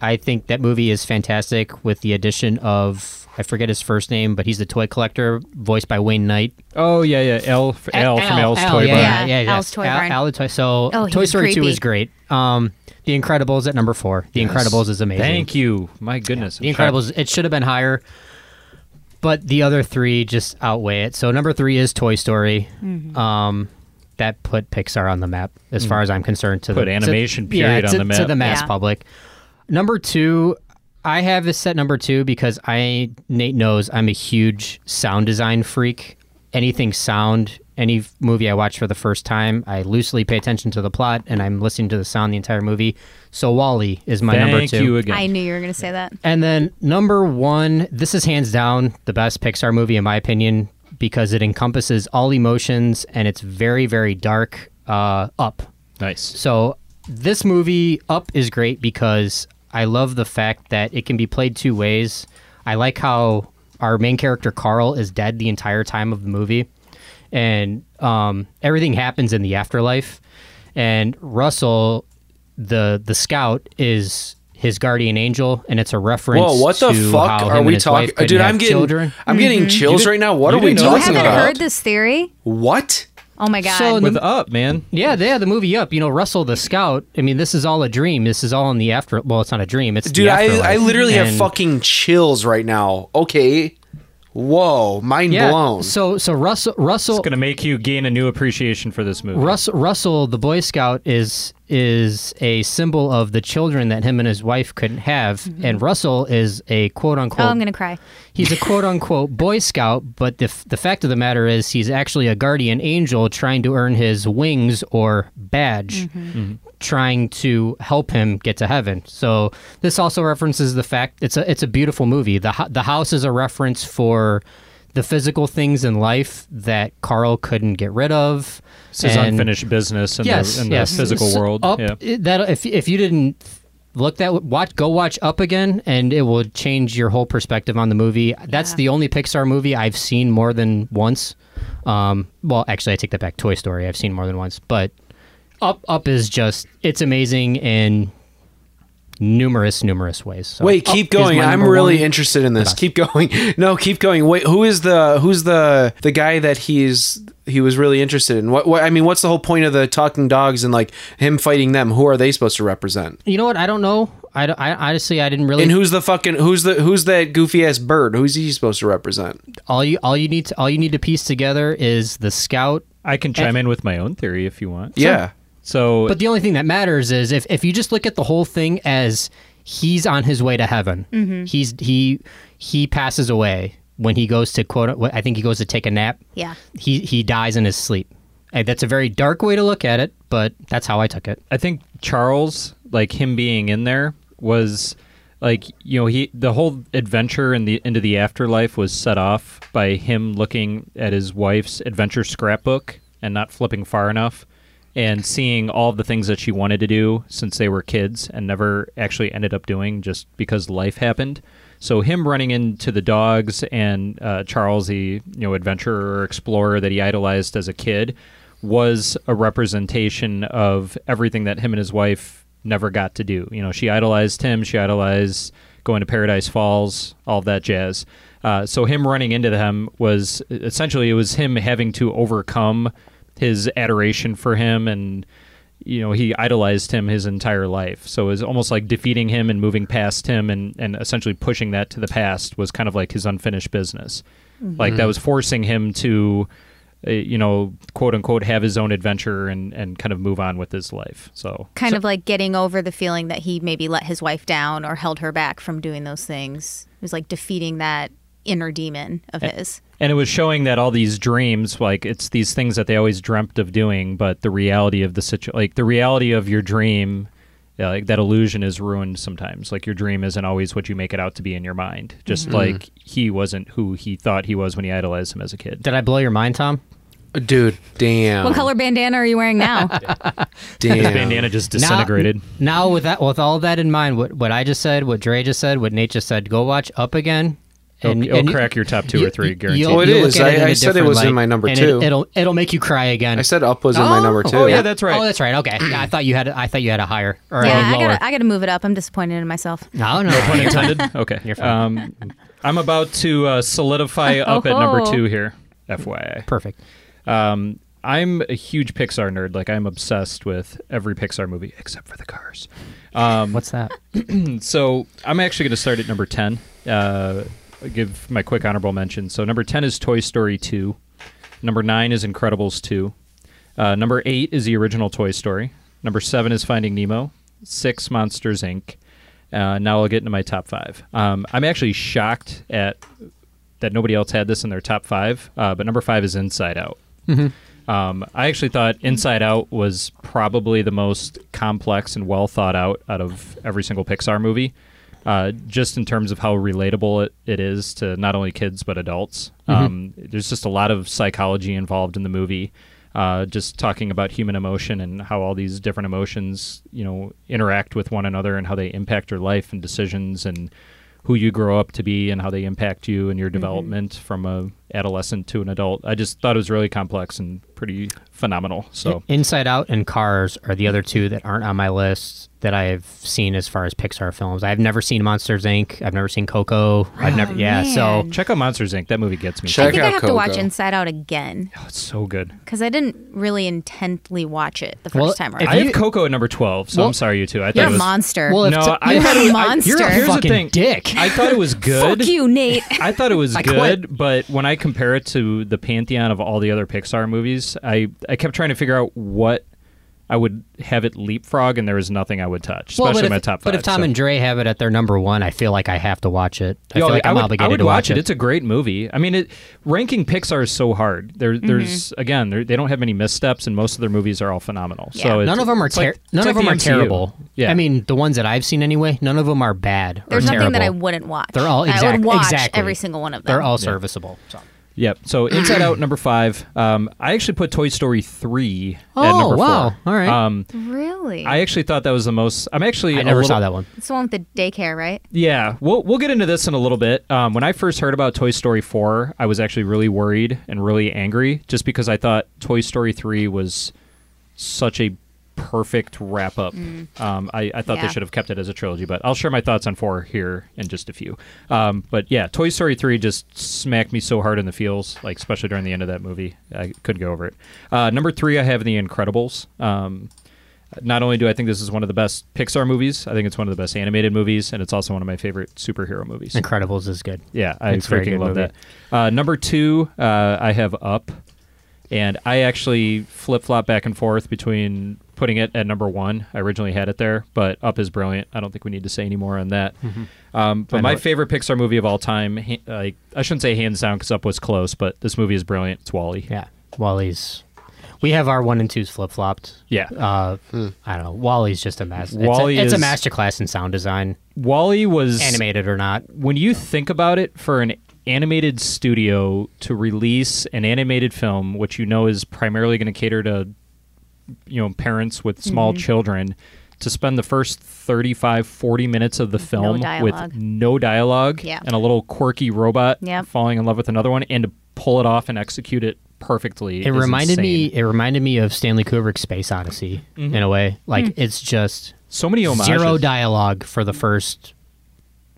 I think that movie is fantastic with the addition of I forget his first name, but he's the toy collector, voiced by Wayne Knight.
Oh yeah, yeah, L, for, L, from L's Toy
yeah,
Barn.
Yeah, yeah, yeah.
Al's Toy
Al,
Barn.
Al the toy. So
Oh, he
Toy
was
Story Two
creepy.
is great. Um, The Incredibles at number four. The
Yes.
Incredibles is amazing.
Thank you. My goodness.
The Incredibles. It should have been higher, but the other three just outweigh it. So number three is Toy Story.
Mhm.
Um, that put Pixar on the map, as
Mm.
far as I'm concerned. To
Put
the,
animation
to, yeah,
period on
to-
the
to
map.
the mass
Yeah.
public. Number two, I have this set number two because I Nate knows I'm a huge sound design freak. Anything sound, any f- movie I watch for the first time, I loosely pay attention to the plot and I'm listening to the sound the entire movie. So Wally is my number
Thank
two.
you again.
I knew you were going to say that.
And then number one, this is hands down the best Pixar movie in my opinion because it encompasses all emotions and it's very very dark. Uh, up.
Nice.
So this movie Up is great because I love the fact that it can be played two ways. I like how our main character Carl is dead the entire time of the movie, and um, everything happens in the afterlife. And Russell, the the scout, is his guardian angel, and it's a reference.
Whoa, what the
to
fuck
how him
are
and
we
his wife
talking?
couldn't
Dude,
have
I'm getting
children.
I'm getting chills right now. What are we
Mm-hmm. you
talking
haven't
about?
heard this theory?
What?
Oh my god.
So the-
Up, man.
Yeah, yeah, the movie Up. You know, Russell the Scout. I mean, this is all a dream. This is all in the after. Well, it's not a dream. It's
Dude,
the
I, I
afterlife.
literally have
And-
fucking chills right now. Okay. Whoa, mind
Yeah,
blown.
So so Russell Russell
It's gonna make you gain a new appreciation for this movie.
Russ, Russell, the Boy Scout, is is a symbol of the children that him and his wife couldn't have, and Russell is a quote unquote.
Mm-hmm. Oh, I'm gonna cry.
He's a quote unquote Boy Scout, but the f- the fact of the matter is, he's actually a guardian angel trying to earn his wings or badge,
Mm-hmm.
trying to help him get to heaven. So this also references the fact it's a it's a beautiful movie. the hu- The house is a reference for. The physical things in life that Carl couldn't get rid of.
This is
and-
unfinished business in the- in the physical
So
world,
Up,
yeah.
it- that if if you didn't look that watch go watch Up again, and it will change your whole perspective on the movie. That's the only Pixar movie I've seen more than once. Um, well, actually, I take that back. Toy Story I've seen more than once, but Up Up is just it's amazing in numerous numerous ways. So
Wait,
Up
keep
Oh, is my
going. I'm
number
really
one.
interested in this. Keep going. [laughs] No, keep going. Wait, who is the who's the the guy that he's he was really interested in? What, what I mean, what's the whole point of the talking dogs and like him fighting them? Who are they supposed to represent?
You know what? I don't know. I, don't- I honestly I didn't really.
And who's the fucking who's the who's that goofy ass bird? Who's he supposed to represent?
all you all you need to all you need to piece together is the scout.
I can chime in with my own theory if you want.
Yeah.
So
But the only thing that matters is if, if you just look at the whole thing as he's on his way to heaven.
Mhm.
He's he he passes away when he goes to quote. I think he goes to take a nap.
Yeah.
He he dies in his sleep. And that's a very dark way to look at it, but that's how I took it.
I think Charles, like him being in there, was like you know he the whole adventure and the into the afterlife was set off by him looking at his wife's adventure scrapbook and not flipping far enough and seeing all the things that she wanted to do since they were kids and never actually ended up doing just because life happened so him running into the dogs and uh, charles the you know adventurer explorer that he idolized as a kid was a representation of everything that him and his wife never got to do. You know, she idolized him, she idolized going to Paradise Falls, all that jazz. Uh, so him running into them was essentially it was him having to overcome his adoration for him and you know he idolized him his entire life so it was almost like defeating him and moving past him and, and essentially pushing that to the past was kind of like his unfinished business like that
Mhm.
was forcing him to uh, you know quote unquote have his own adventure and, and kind of move on with his life so
Kind of like getting over the feeling that he maybe let his wife down or held her back from doing those things. It was like defeating that inner demon of
Eh.
his.
and it was showing that all these dreams like it's these things that they always dreamt of doing but the reality of the situ like the reality of your dream yeah, like that illusion is ruined sometimes like your dream isn't always what you make it out to be in your mind just
Mhm.
like he wasn't who he thought he was when he idolized him as a kid
Did I blow your mind, Tom?
Dude, damn.
What color bandana are you
[laughs]
wearing now?
His [laughs] bandana just disintegrated.
Now, now with that, with all that in mind, what what I just said, what Dre just said, what Nate just said, go watch Up again,
And, it'll, crack your top two or three, guaranteed.
Oh, it is. I, I said it was in my number two.
It, it'll it'll make you cry again.
I said up was in my number two.
Oh, that's right. [clears throat] Okay, Yeah, I thought you had I thought you had a higher or
yeah,
a
I
lower.
gotta, I gotta move it up. I'm disappointed in myself.
No, no.
Pun intended. Okay. Um, I'm about to uh, [laughs] solidify up at number
Oh-ho.
two here. FYI.
[laughs] Perfect.
Um, I'm a huge Pixar nerd. Like I'm obsessed with every Pixar movie except for the Cars. Um,
What's that?
[clears throat] so I'm actually going to start at number ten. Uh, give my quick honorable mention. So number ten is Toy Story two. Number nine is Incredibles two. Uh, number eight is the original Toy Story. Number seven is Finding Nemo. Six Monsters Inc. Uh, now I'll get into my top five. Um, I'm actually shocked at that nobody else had this in their top five, uh, but number five is Inside Out.
Mhm.
Um, I actually thought Inside Out was probably the most complex and well thought out out of every single Pixar movie, uh, just in terms of how relatable it, it is to not only kids but adults.
Mhm.
Um, there's just a lot of psychology involved in the movie. Uh, just talking about human emotion and how all these different emotions, you know, interact with one another and how they impact your life and decisions and who you grow up to be and how they impact you
Mm-hmm.
and your development from a adolescent to an adult. I just thought it was really complex and pretty phenomenal. So
Inside Out and Cars are the other two that aren't on my list that I've seen as far as Pixar films. I've never seen Monsters Inc. I've never seen Coco. I've never yeah. So
Oh, man.
check out Monsters Inc. That movie gets me.
I think I have to watch Inside Out again
Oh, it's so good.
because I didn't really intently watch it the first time around.
I have Coco at number twelve, so
Well,
I'm sorry you two. I thought
you're
it
a
was,
monster.
Well,
Well, if
no,
t-
I
you're
thought
a
it was,
monster. You're
I,
a
here's
fucking
the thing.
dick.
I thought it was
[laughs]
good.
Fuck you,
[laughs]
Nate. [laughs]
I thought it was
I
good, but when I compare it to the pantheon of all the other Pixar movies, I, I kept trying to figure out what I would have it leapfrog, and there was nothing I would touch, especially
well, but,
my
if,
top five.
but if Tom
so.
and Dre have it at their number one, I feel like I have to watch it. I
Yo,
feel like
I
I'm
would,
obligated
I would
to watch,
watch it. It's a great movie. I mean, it, ranking Pixar is so hard.
Mm-hmm.
There, there's again, there, they don't have any missteps, and most of their movies are all phenomenal. So
none
it's-
of them are
it's like-
ter- none
it's
of
like
them
the
are
MCU.
terrible. Yeah, I mean the ones that I've seen anyway, none of them are bad.
There's
or
nothing that I
terrible.
wouldn't watch.
They're all
I
exact-
would watch
exactly.
every single one of them.
They're all
Yeah.
serviceable. So.
Yep. So Inside Out number five. Um, I actually put Toy Story three at
Oh,
number
wow.
four.
All right.
Um,
Really?
I actually thought that was the most. I'm actually.
I
a
never
little-
saw that one.
it's the one with the daycare, right?
Yeah, we'll we'll get into this in a little bit. Um, when I first heard about Toy Story four, I was actually really worried and really angry, just because I thought Toy Story three was such a perfect wrap up. Um, I, I thought
Yeah.
they should have kept it as a trilogy, but I'll share my thoughts on four here in just a few. Um, but yeah, Toy Story three just smacked me so hard in the feels, like especially during the end of that movie, I couldn't go over it. Uh, number three, I have The Incredibles. Um, not only do I think this is one of the best Pixar movies, I think it's one of the best animated movies, and it's also one of my favorite superhero movies.
Incredibles is good.
Yeah, I
It's a very
freaking
good
love
movie.
that. Uh, number two, uh, I have Up, and I actually flip flop back and forth between putting it at number one. I originally had it there, but Up is brilliant. I don't think we need to say any more on that.
Mm-hmm.
Mhm.
Um,
I
but
know
my
it.
favorite Pixar movie of all time, ha- like I shouldn't say hands down because Up was close, but this movie is brilliant. It's Wally.
Yeah, Wally's. We have our one and twos flip flopped.
Yeah.
Uh, I don't know. Wally's just a mess.
Hmm. Wall-E
it's a,
is-
it's a masterclass in sound design.
Wally was
animated or not.
When you think about it, for an animated studio to release an animated film, which you know is primarily going to cater to, you know, parents with small
Mhm.
children, to spend the first 35, 40 minutes of the film
dialogue.
with no dialogue
Yeah.
and a little quirky robot
Yep.
falling in love with another one, and to pull it off and execute it perfectly.
It reminded me. It reminded me of Stanley Kubrick's Space Odyssey
Mhm.
in a way. Like
Hmm.
it's just
so many homages.
zero dialogue for the first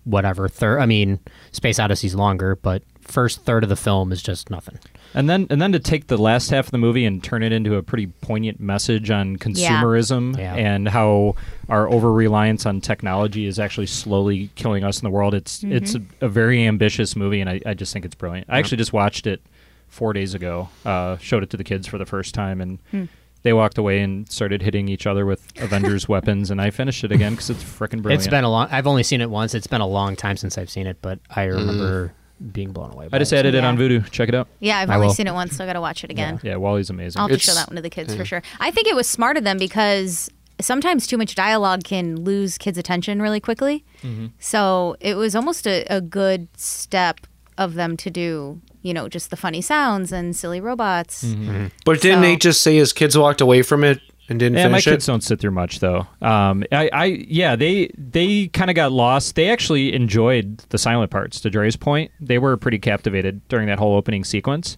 whatever third. I mean, Space Odyssey's longer, but first third of the film is just nothing.
And then and then to take the last half of the movie and turn it into a pretty poignant message on consumerism
Yeah.
and how our over reliance on technology is actually slowly killing us in the world. It's
Mm-hmm.
it's a,
Mhm.
a very ambitious movie and I, I just think it's brilliant. I
Yeah.
actually just watched it four days ago, uh, showed it to the kids for the first time and
Hmm.
they walked away and started hitting each other
[laughs]
with Avengers weapons and I finished it again because it's freaking brilliant.
It's been a long. I've only seen it once. It's been a long time since I've seen it, but I
Mm.
remember being blown away.
I
By
just
it.
added it on Voodoo. Check it out.
Yeah, I've only seen it once, so I got to watch it again.
Yeah, Wally's amazing.
I'll have to show that one to the kids for sure. I think it was smart of them because sometimes too much dialogue can lose kids' attention really quickly.
Mm-hmm.
Mhm.
So it was almost a, a good step of them to do, you know, just the funny sounds and silly robots.
Mm-hmm.
But didn't
So-
Nate just say his kids walked away from it and didn't
yeah,
finish
my
it?
kids don't sit through much though. Um, I, I yeah, they they kind of got lost. They actually enjoyed the silent parts. To Dre's point, they were pretty captivated during that whole opening sequence.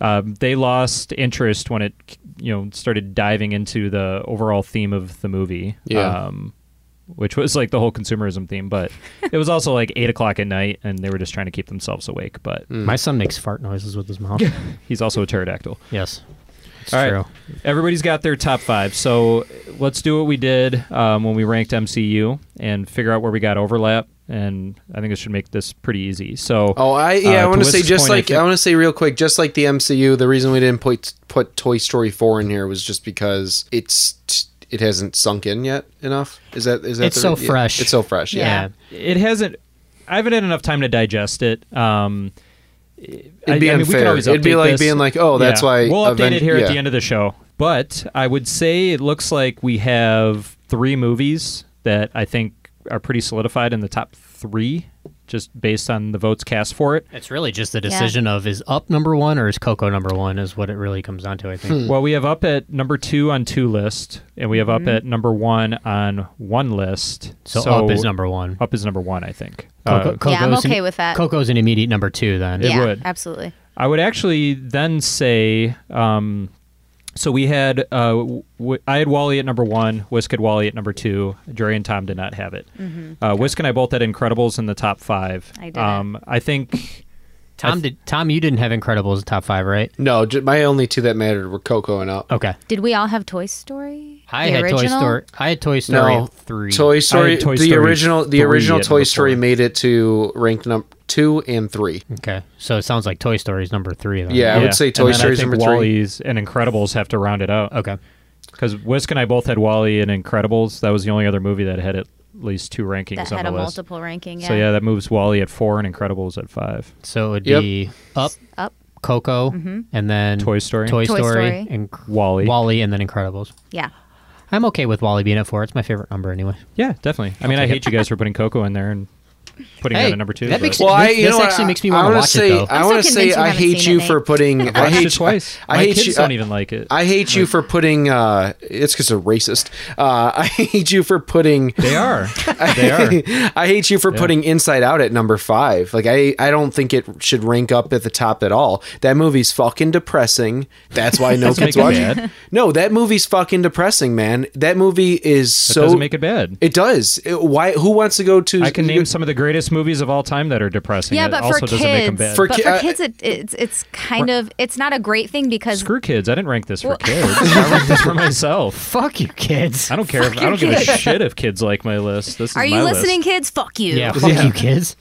Um, they lost interest when it you know started diving into the overall theme of the movie.
Yeah.
Um, which was like the whole consumerism theme, but it was also like eight o'clock at night, and they were just trying to keep themselves awake. But
Mm.
My son makes fart noises with his mouth.
He's also a pterodactyl.
Yes. It's
All right.
true.
Everybody's got their top five. So let's do what we did um, when we ranked MCU and figure out where we got overlap. And I think it should make this pretty easy. So uh,
Oh, I yeah, I want to say just like I,
think,
want to say real quick, just like the MCU, the reason we didn't put put Toy Story four in here was just because it's t- it hasn't sunk in yet enough. Is that is that
It's
the-
so
yeah,
fresh.
It's so fresh. Yeah,
it hasn't. I haven't had enough time to digest it. Um,
It'd be
we could
unfair.
always
It'd be
update
like
this.
being like, oh, that's
Yeah.
why
We'll update
Aven-
it here at
yeah.
the end of the show. But I would say it looks like we have three movies that I think are pretty solidified in the top three, just based on the votes cast for it.
It's really just the
Yeah.
decision of is up number one or is Coco number one is what it really comes down to.
Hmm.
I
Mm.
think.
Well, we have up at number two on two list, and we have up
Mhm.
at number one on one list.
So up is number one.
Up is number one, I think.
Coco,
Uh,
Yeah, I'm
Coco's an-
okay with that.
Coco's an immediate number two then.
It
yeah,
would.
absolutely.
I would actually then say, um, so we had, uh, w- I had Wally at number one, Whisk had Wally at number two, Jerry and Tom did not have it.
Mhm.
Mm-hmm.
Uh, Whisk and I both had Incredibles in the top five.
I didn't.
Um, I think
Tom did. Tom, you didn't have Incredibles in top five, right?
No, j- my only two that mattered were Coco and Up.
Okay.
Did we all have Toy Story?
I
The
had Toy
original?
Story. I had Toy Story
no,
three.
Toy Story.
Toy
the
Story
original, the
three
original
at
Toy
number
Story made it to rank number two and three.
Okay, so it sounds like Toy Story is number three.
[laughs]
Then.
Yeah, I would say Toy
and then
Story's
I think
number three.
Wally's and Incredibles have to round it out.
Okay.
Because Whisk and I both had Wally and Incredibles. That was the only other movie that had at least two rankings
That
on
had
the
a
list.
multiple ranking,
So
yeah.
yeah, that moves Wally at four and Incredibles at five.
So it would
Yep.
be up,
Up.
Coco,
Mhm.
and then
Toy Story,
Toy,
Toy
Story,
Story.
and
Wally,
Wally, and then Incredibles.
Yeah.
I'm okay with Wally being at four. It's my favorite number anyway.
Yeah, definitely. I mean, I
take
hate you guys for putting Coco in there and putting
Hey,
that at number two.
that
but-
makes- Well, I- you This know what, actually I- makes me I wanna wanna watch it, say- though. I'm
I
so
want to say
convinced you
I
haven't
hate
seen
you
it,
for
Nate. [laughs]
putting.
I've
I
watched
hate
it twice.
I
My
hate
kids
you.
don't even like it.
I hate you for putting. Uh, it's because they're racist. Uh, [laughs] I hate you for putting.
They are.
They are. [laughs] I hate you for
Yeah.
putting Inside Out at number five. Like I, I don't think it should rank up at the top at all. That movie's fucking depressing. That's why no
Doesn't
kids
make
watch
it
it.
bad.
No, that movie's fucking depressing, man. That movie is
That
so.
doesn't make it bad.
It does. It- why? Who wants to go to?
I can name some of the greatest movies of all time that are depressing.
Yeah,
that
but
also
for
doesn't make them
kids,
bad.
but for kids, it, it's it's kind of it's not a great thing because
Screw kids. I didn't rank this for
Well-
kids.
[laughs]
I ranked this for myself.
Fuck you, kids.
I don't care. If,
Fuck
I don't
your
give a
kids.
shit if kids like my list. This is
are you
my
listening,
List.
kids? Fuck you.
[laughs] Yeah, fuck you, kids.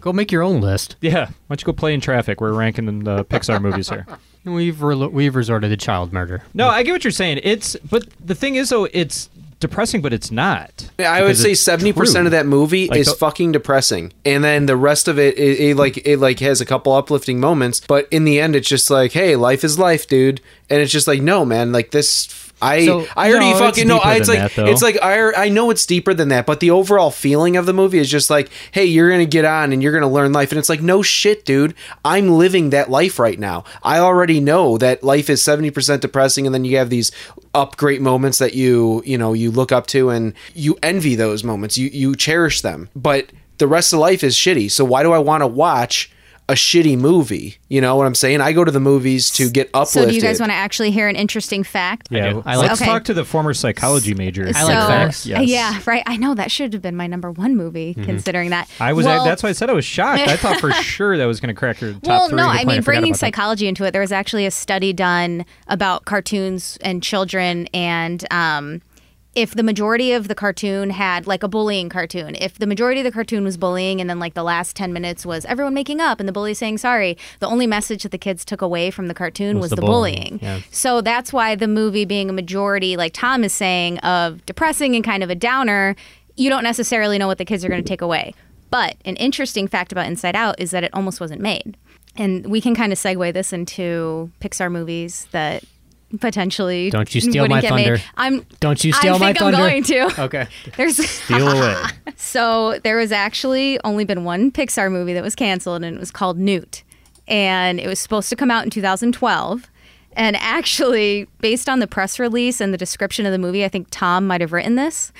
Go make your own list.
Yeah. Why don't you go play in traffic? We're ranking the Pixar movies here.
We've rel we've resorted to child murder.
No, I get what you're saying. It's but the thing is though, it's depressing, but it's not.
I would
Because
say
it's
seventy percent
true.
of that movie
Like uh,
is
the-
fucking depressing, and then the rest of it, it, it like it like has a couple uplifting moments, but in the end, it's just like, hey, life is life, dude, and it's just like, no, man, like this. I,
So-
I already
No, it's
fucking know.
deeper
I- It's
than
like
that, though.
it's like I I know it's deeper than that, but the overall feeling of the movie is just like, hey, you're gonna get on and you're gonna learn life, and it's like, no shit, dude. I'm living that life right now. I already know that life is seventy percent depressing, and then you have these up great moments that you you know you look up to and you envy those moments. You you cherish them, but the rest of life is shitty. So why do I want to watch? A shitty movie, you know what I'm saying? I go to the movies to get uplifted.
So do you guys want to actually hear an interesting fact?
Yeah,
I
let's
okay.
talk to the former psychology major.
So,
Yes.
Yeah, right. I know that should have been my number one movie,
Mhm.
considering that.
I was.
Well,
that's why I said I was shocked. I
[laughs]
thought for sure that was going to crack your top
well,
three.
no,
to the
I
point
mean,
forgot
bringing
about that.
psychology into it, there was actually a study done about cartoons and children, and um, if the majority of the cartoon had like a bullying cartoon, if the majority of the cartoon was bullying, and then like the last 10 minutes was everyone making up and the bully saying sorry, the only message that the kids took away from the cartoon was, the, bullying. So that's why the movie being a majority, like Tom is saying, of depressing and kind of a downer, you don't necessarily know what the kids are going to take away. But an interesting fact about Inside Out is that it almost wasn't made. And we can kind of segue this into Pixar movies that potentially
Don't you steal
wouldn't
my
get
thunder.
Made. I'm
Don't you steal
I
my
think
thunder.
I'm going to.
Okay.
[laughs] There's
Steal away.
[laughs] so there was actually only been one Pixar movie that was canceled, and it was called Newt. And it was supposed to come out in 2012. And actually, based on the press release and the description of the movie, I think Tom might have written this.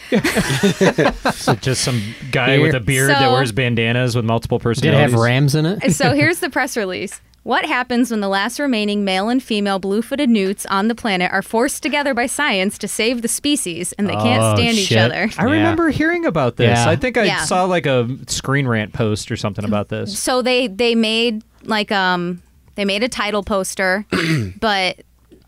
So just some guy
Here.
with a beard that
So-
wears bandanas with multiple
Did it
personalities.
have rams in it?
so here's the press release. What happens when the last remaining male and female blue footed newts on the planet are forced together by science to save the species and they can't
Oh,
stand each
shit.
other?
I remember hearing about this.
Yeah.
I think I
Yeah.
saw like a screen rant post or something about this.
So they they made like um they made a title poster, but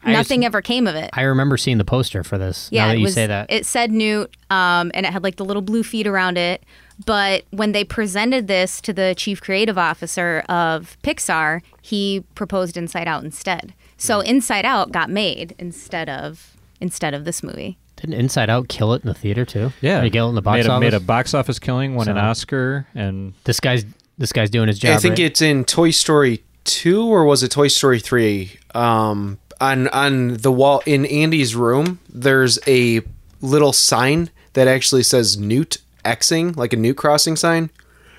I
nothing
just-
ever came of it.
I remember seeing the poster for this.
Yeah,
now that
it
you
was,
say that,
It said Newt, um, and it had like the little blue feet around it. But when they presented this to the chief creative officer of Pixar, he proposed Inside Out instead. So Inside Out got made instead of instead of this movie.
didn't Inside Out kill it in the theater too? Or kill it in the box
made a,
office.
Made a box office killing, won an
So-
Oscar, and
this guy's this guy's doing his job.
I think
right?
it's in Toy Story two or was it Toy Story three? Um, on on the wall in Andy's room, there's a little sign that actually says Newt Xing, like a new crossing sign.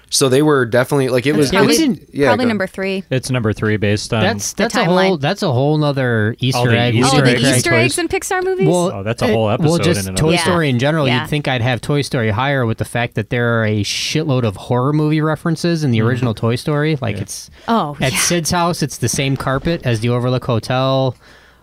So they were definitely like it was
probably,
it's- yeah,
probably
go-
number three.
it's number three based on.
that's
the
that's a whole
timeline.
that's a whole other
All
Easter
the
egg. we
Easter
should
Oh, the
make.
Easter eggs in Pixar movies.
Well,
Oh, that's a whole
it-
episode
Well, just
in and of
Toy
itself.
Story in general,
Yeah.
you'd think I'd have Toy Story higher with the fact that there are a shitload of horror movie references in the original Toy Story. Like it's
oh,
at Sid's house, it's the same carpet as the Overlook Hotel.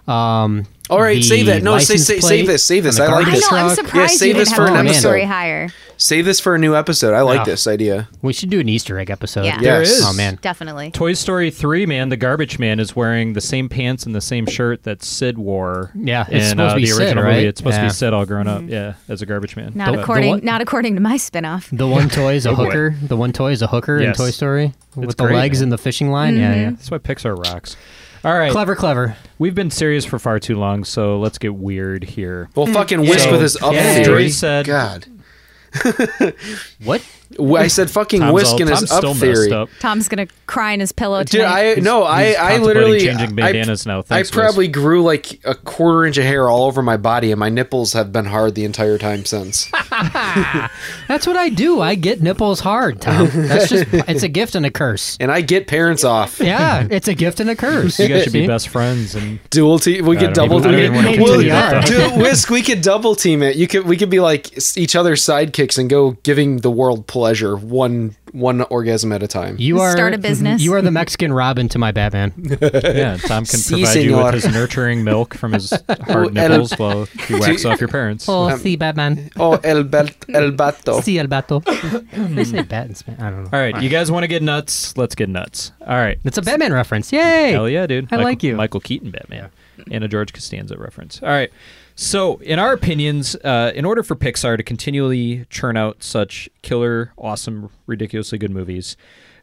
Um,
All right,
the
save that. No, say-
license
say- save
plate
this, save this.
on the
I like
I
garbage
this.
know. I'm
truck.
surprised
save
you
this
didn't
for
have
an
Toy
episode.
Story higher.
Save this for a new episode. I like
Yeah.
this idea.
We should do an Easter egg episode.
Yeah.
There is.
Oh man,
Definitely.
Toy Story 3, man, the garbage man is wearing the same pants and the same shirt that Sid wore.
Yeah,
in,
it's supposed
uh,
to be
the
Sid,
original movie.
right?
It's supposed to
Yeah.
be Sid all grown up, yeah, as a garbage man.
Not
But-
according
one-
not according to my spinoff.
the one toy is a
Oh, boy.
hooker. The one toy is a hooker
Yes.
in Toy Story with the
great,
legs
man.
and the fishing line. Yeah,
Mm-hmm.
yeah.
That's why Pixar rocks. All right.
Clever, clever.
We've been serious for far too long, so let's get weird here.
Well,
Hmm.
fucking whisk
So-
with his up
Yeah.
theory.
Story said-
God,
What?
Well, I said fucking
Tom's
whisk
all-
in
Tom's
his
still
up
messed
theory.
up.
Tom's gonna cry in his pillow
Dude,
tonight.
I no, I
he's
I
contemplating
literally
changing bandanas
I,
now.
I
Thanks, Wes.
probably grew like a quarter inch of hair all over my body, and my nipples have been hard the entire time since.
That's what I do. I get nipples hard, Tom. That's just it's a gift and a curse.
and I get parents off.
Yeah, it's a gift and a curse.
You guys should be
See?
best friends and
Dual team. We
I
could
don't
double.
even- I
we
don't even
could-
wanna
well,
continue that
dude,
[laughs]
whisk. We could double team it. You could. We could be like s- each other's sidekicks and go giving the world pleasure one one orgasm at a time.
You are
Start a business.
You are the Mexican Robin to my Batman.
[laughs]
yeah, Tom can
Si,
provide you
senor.
with his nurturing milk
[laughs]
from his
Well,
hard
and-
nipples while
[laughs]
he whacks off your parents.
see Batman.
oh, el, bel- el bato.
[laughs] See El Bato. They say bat in Spanish. I don't know.
All right, you guys want to get nuts? Let's get nuts. All right.
It's a Batman reference. Yay!
Hell yeah, dude.
I
Michael-
like you.
Michael Keaton Batman and a George Costanza reference. All right. So, in our opinions, uh, in order for Pixar to continually churn out such killer, awesome, ridiculously good movies,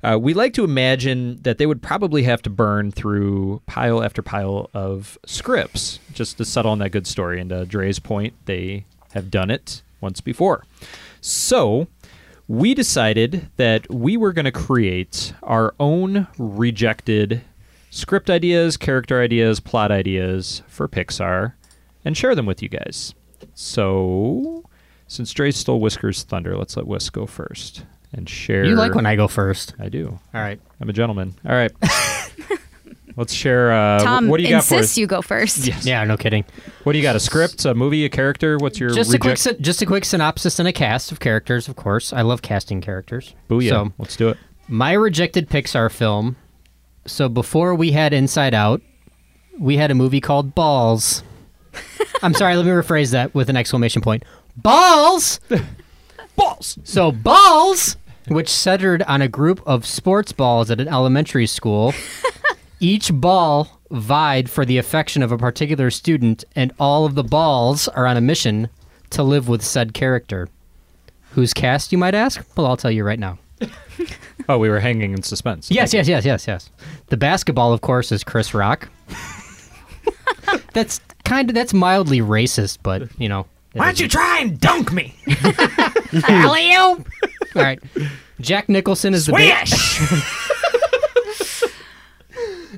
uh, we like to imagine that they would probably have to burn through pile after pile of scripts just to settle on that good story. And to Dre's point, they have done it once before. So, we decided that we were going to create our own rejected script ideas, character ideas, plot ideas for Pixar and share them with you guys. So, since Dre stole Whisker's thunder, let's let Whisk go first and share.
You like when I go first.
I do.
All right.
I'm a gentleman. All
[laughs]
right. let's share. Uh,
Tom
what do you got for
insists
us?
you go first.
Yes.
Yeah, no kidding.
What do you got? A script, a movie, a character? What's your
Just a quick,
reject?
syn- just a quick synopsis and a cast of characters. Of course, I love casting characters.
Booyah.
So,
let's do it.
my rejected Pixar film. So before we had Inside Out, we had a movie called Balls. I'm sorry, let me rephrase that with an exclamation point. Balls!
Balls.
So balls, which centered on a group of sports balls at an elementary school. Each ball vied for the affection of a particular student, and all of the balls are on a mission to live with said character. Whose cast, you might ask? Well, I'll tell you right now.
Oh, we were hanging in suspense.
Yes, yes, yes, yes, yes. The basketball, of course, is Chris Rock. that's kind of that's mildly racist, but you know. Why don't you
[laughs]
try and dunk me? Alley All right. Jack Nicholson
[laughs]
is the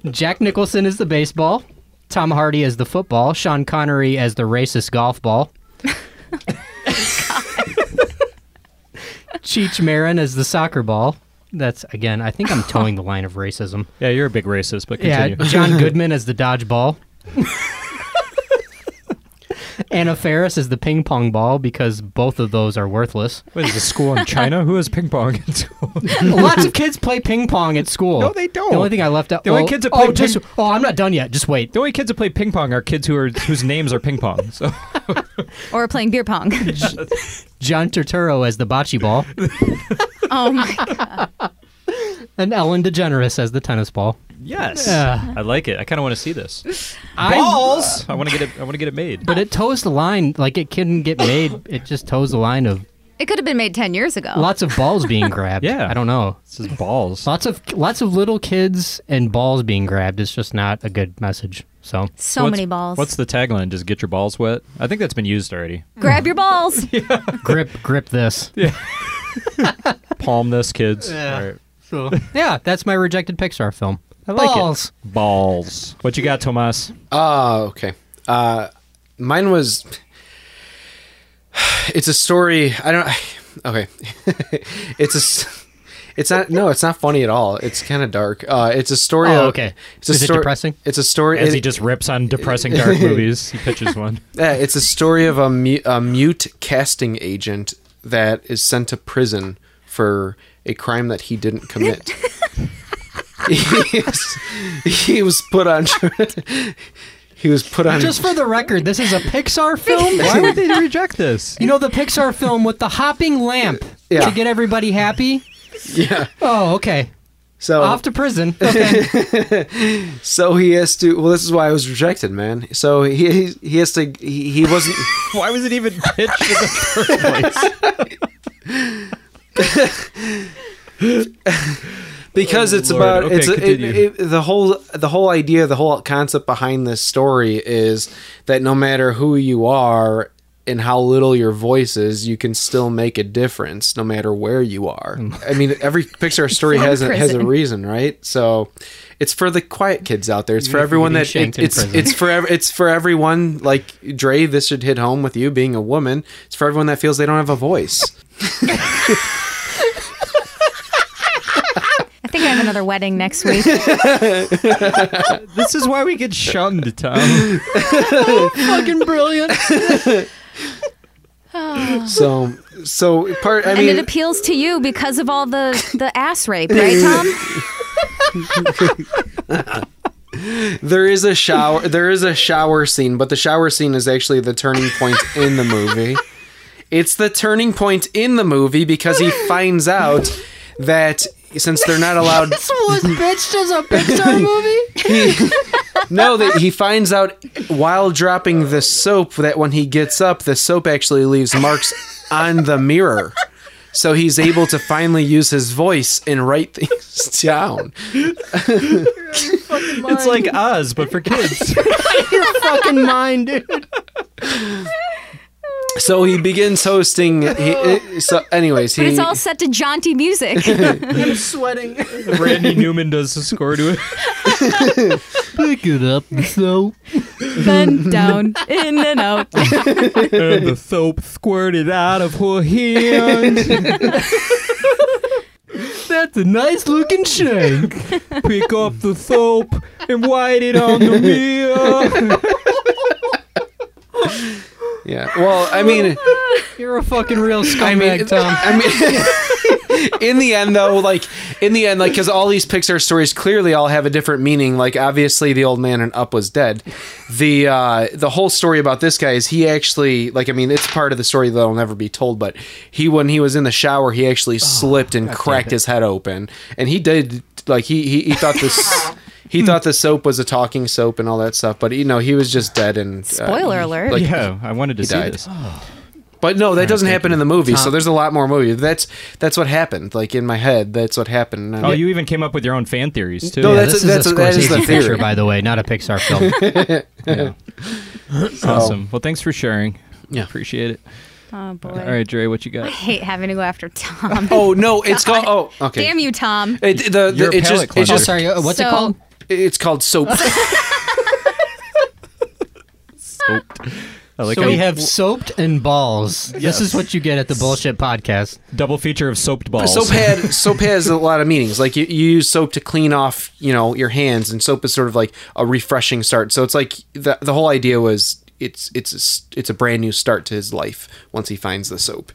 ba- Jack Nicholson is the baseball. Tom Hardy as the football. Sean Connery as the racist golf ball. Cheech Marin as the soccer ball. That's again. I think I'm towing the line of racism.
Yeah, you're a big racist, but
Yeah, [laughs]
continue.
John Goodman as the dodgeball. [laughs] Anna Ferris is the ping pong ball because both of those are worthless.
What is a school in China? Who has ping pong in school?
[laughs] Lots of kids play ping pong at school.
No, they don't.
The only thing I left out.
The only
oh,
kids that play
oh, just,
ping-
oh, I'm not done yet. Just
[laughs]
wait.
The only kids that play ping pong are kids who are whose names are ping pong. So
Or playing beer pong.
John Turturro as the bocce [laughs] ball,
oh my god.
and Ellen DeGeneres as the tennis ball.
Yes,
Yeah.
I like it. I kind of want to see this.
I-
Balls. I want to get it. I want to get it made.
But it toes the line. Like it couldn't get made. It just toes the line of
It could have been made 10 years ago.
lots of balls [laughs] being grabbed. Yeah, I don't know.
This is balls.
Lots of lots of little kids and balls being grabbed. It's just not a good message.
[laughs]
So
So
What's-
many balls.
What's the tagline? Just get your balls wet. I think that's been used already.
Grab your balls.
grip grip this.
Yeah. Palm this, kids.
Yeah.
All right.
So yeah, that's my rejected Pixar film.
I like
balls.
it. Balls. What you got, Tomas?
Oh, okay. Uh, mine was. It's a story. I don't. [sighs] Okay, [laughs] it's a. s- It's not. No, it's not funny at all. It's kind of dark. Uh, it's a story.
Oh,
of-
okay.
It's a
Is it
story-
depressing?
It's a story.
As
it-
he just rips on depressing [laughs] dark movies, he pitches one.
Yeah, it's a story of a, mu- a mute casting agent that is sent to prison for a crime that he didn't commit. he, was, he was put on. [laughs] he was put on.
Just for the record, this is a Pixar
[laughs]
[laughs]
film.
Why would they reject this?
You know the Pixar film with the hopping lamp
Yeah.
to get everybody happy?
yeah. Oh.
Oh, okay.
So
Off to prison.
[laughs]
Okay.
so he has to. Well, this is why I was rejected, man. So he he, he has to. He, he wasn't.
Why was it even pitched in the first place?
because it's
Lord.
about
Okay,
it's it,
continue.
it, the whole the whole idea the whole concept behind this story is that no matter who you are and how little your voice is you can still make a difference no matter where you are i mean every pixar story
From
has a, has a
prison.
reason right so it's for the quiet kids out there it's for everyone
getting
that
shanked
it,
in
it's
prison.
it's for ev- it's for everyone like dre this should hit home with you being a woman it's for everyone that feels they don't have a voice
I think I have another wedding next week.
this is why we get shunned,
[laughs]
Tom.
Fucking brilliant.
so so part i
and
mean
it appeals to you because of all the, the ass rape, right, Tom?
There is a shower. There is a shower scene, but the shower scene is actually the turning point in the movie. It's the turning point in the movie because he finds out that since they're not
[laughs]
allowed,
was bitched as a
[laughs]
Pixar movie?
no, that he finds out while dropping the soap that when he gets up, the soap actually leaves marks on the mirror. So he's able to finally use his voice and write things [laughs] down.
It's like Oz, but for kids.
Your fucking mind, dude.
So he begins hosting. He, so, anyways, he
But it's all set to jaunty music.
I'm sweating.
Randy Newman does the score to it.
Pick it up, so.
then down, in and out. Oh,
And the soap squirted out of her hand.
That's a nice looking shake.
Pick up the soap and wipe it on the mirror.
yeah. Well, I mean.
You're a fucking real scumbag,
I mean,
Tom.
I mean, [laughs] in the end, though, like in the end, like because all these Pixar stories clearly all have a different meaning. Like obviously, the old man and Up was dead. The uh, the whole story about this guy is he actually like I mean it's part of the story that'll never be told. But he when he was in the shower, he actually slipped and cracked his head open, and he did like he he, he thought this. He thought the soap was a talking soap and all that stuff, but you know he was just dead. And uh,
Spoiler alert.
Like,
yeah, I wanted to see
died.
this.
Oh,
but no, that doesn't happen in the movie. So
Tom.
there's a lot more movie. That's that's what happened. Like in my head, that's what happened. And
Oh,
I-
you even came up with your own fan theories too.
No,
Yeah,
that's
this
a-
is
that's
a
a- that is
Scorsese
the theory.
picture, by the way, not a Pixar
[laughs]
film.
That's awesome. Well, thanks for sharing.
Oh. Yeah.
appreciate it.
Oh, boy.
All right, Dre, what you got?
I hate having to go after Tom.
Oh no, it's called. Oh, okay.
Damn you, Tom.
It, the, the,
You're a
it's
palate
just it's
cleanser.
oh,
just
sorry. uh, What's
So-
it called?
[laughs]
it's called soap.
Soaked.
I like
so
how
we
you-
have soaped and balls. This is what you get at the bullshit podcast.
Double feature of soaped
balls.
Soap had soap has a lot of meanings. Like you, you use soap to clean off, you know, your hands, and soap is sort of like a refreshing start. So it's like the the whole idea was it's it's a, s- it's a brand new start to his life once he finds the soap.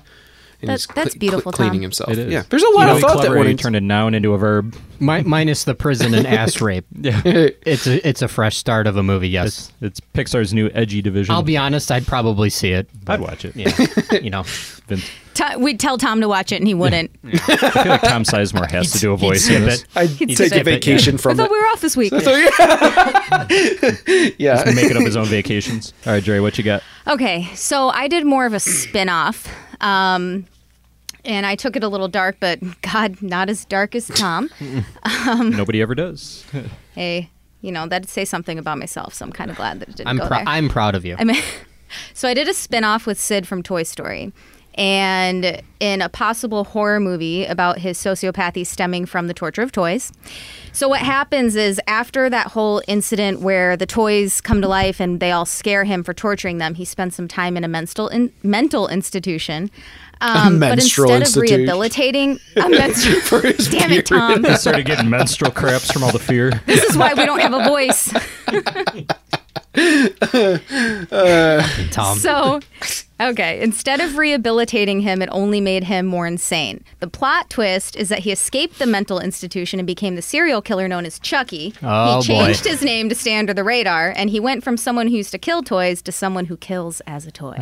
That-
he's
that's beautiful,
cleaning
Tom.
himself.
It is.
Yeah, there's a lot
you
of thought that went into.
turned a noun into a verb.
[laughs]
Mi- minus the prison and ass rape.
Yeah.
It's a, it's a fresh start of a movie, yes.
It's, Pixar's new edgy division.
I'll be honest, I'd probably see it.
I'd watch it. [laughs]
Yeah. you know.
Tom, we'd tell Tom to watch it, and he wouldn't.
I feel like Tom Sizemore has to do a
He'd- he'd
voice
skip
in this.
it. I'd He'd take a skip it,
[laughs]
vacation yeah.
I thought we were off this week.
Yeah, Just making up his own vacations. All right, Jerry, what you got?
Okay, so I did more of a spin off. Um, and I took it a little dark, but [laughs] God, not as dark as Tom. um,
Nobody ever does.
hey, you know, that'd say something about myself, so I'm kind of glad that it didn't
I'm
go there.
prou- I'm proud of you.
I mean, so I did a spin off with Sid from Toy Story. And in a possible horror movie about his sociopathy stemming from the torture of toys. So, what happens is after that whole incident where the toys come to life and they all scare him for torturing them, he spends some time in a mental, in, mental institution. Um, but
menstrual
instead of
institute.
rehabilitating
[laughs]
a menstrual, damn it, Tom.
I started getting menstrual cramps from all the fear.
This is why we don't have a
[laughs]
voice.
Tom.
So, okay, instead of rehabilitating him, it only made him more insane. The plot twist is that he escaped the mental institution and became the serial killer known as Chucky.
Oh,
he
boy.
changed his name to stay under the radar, and he went from someone who used to kill toys to someone who kills as a toy.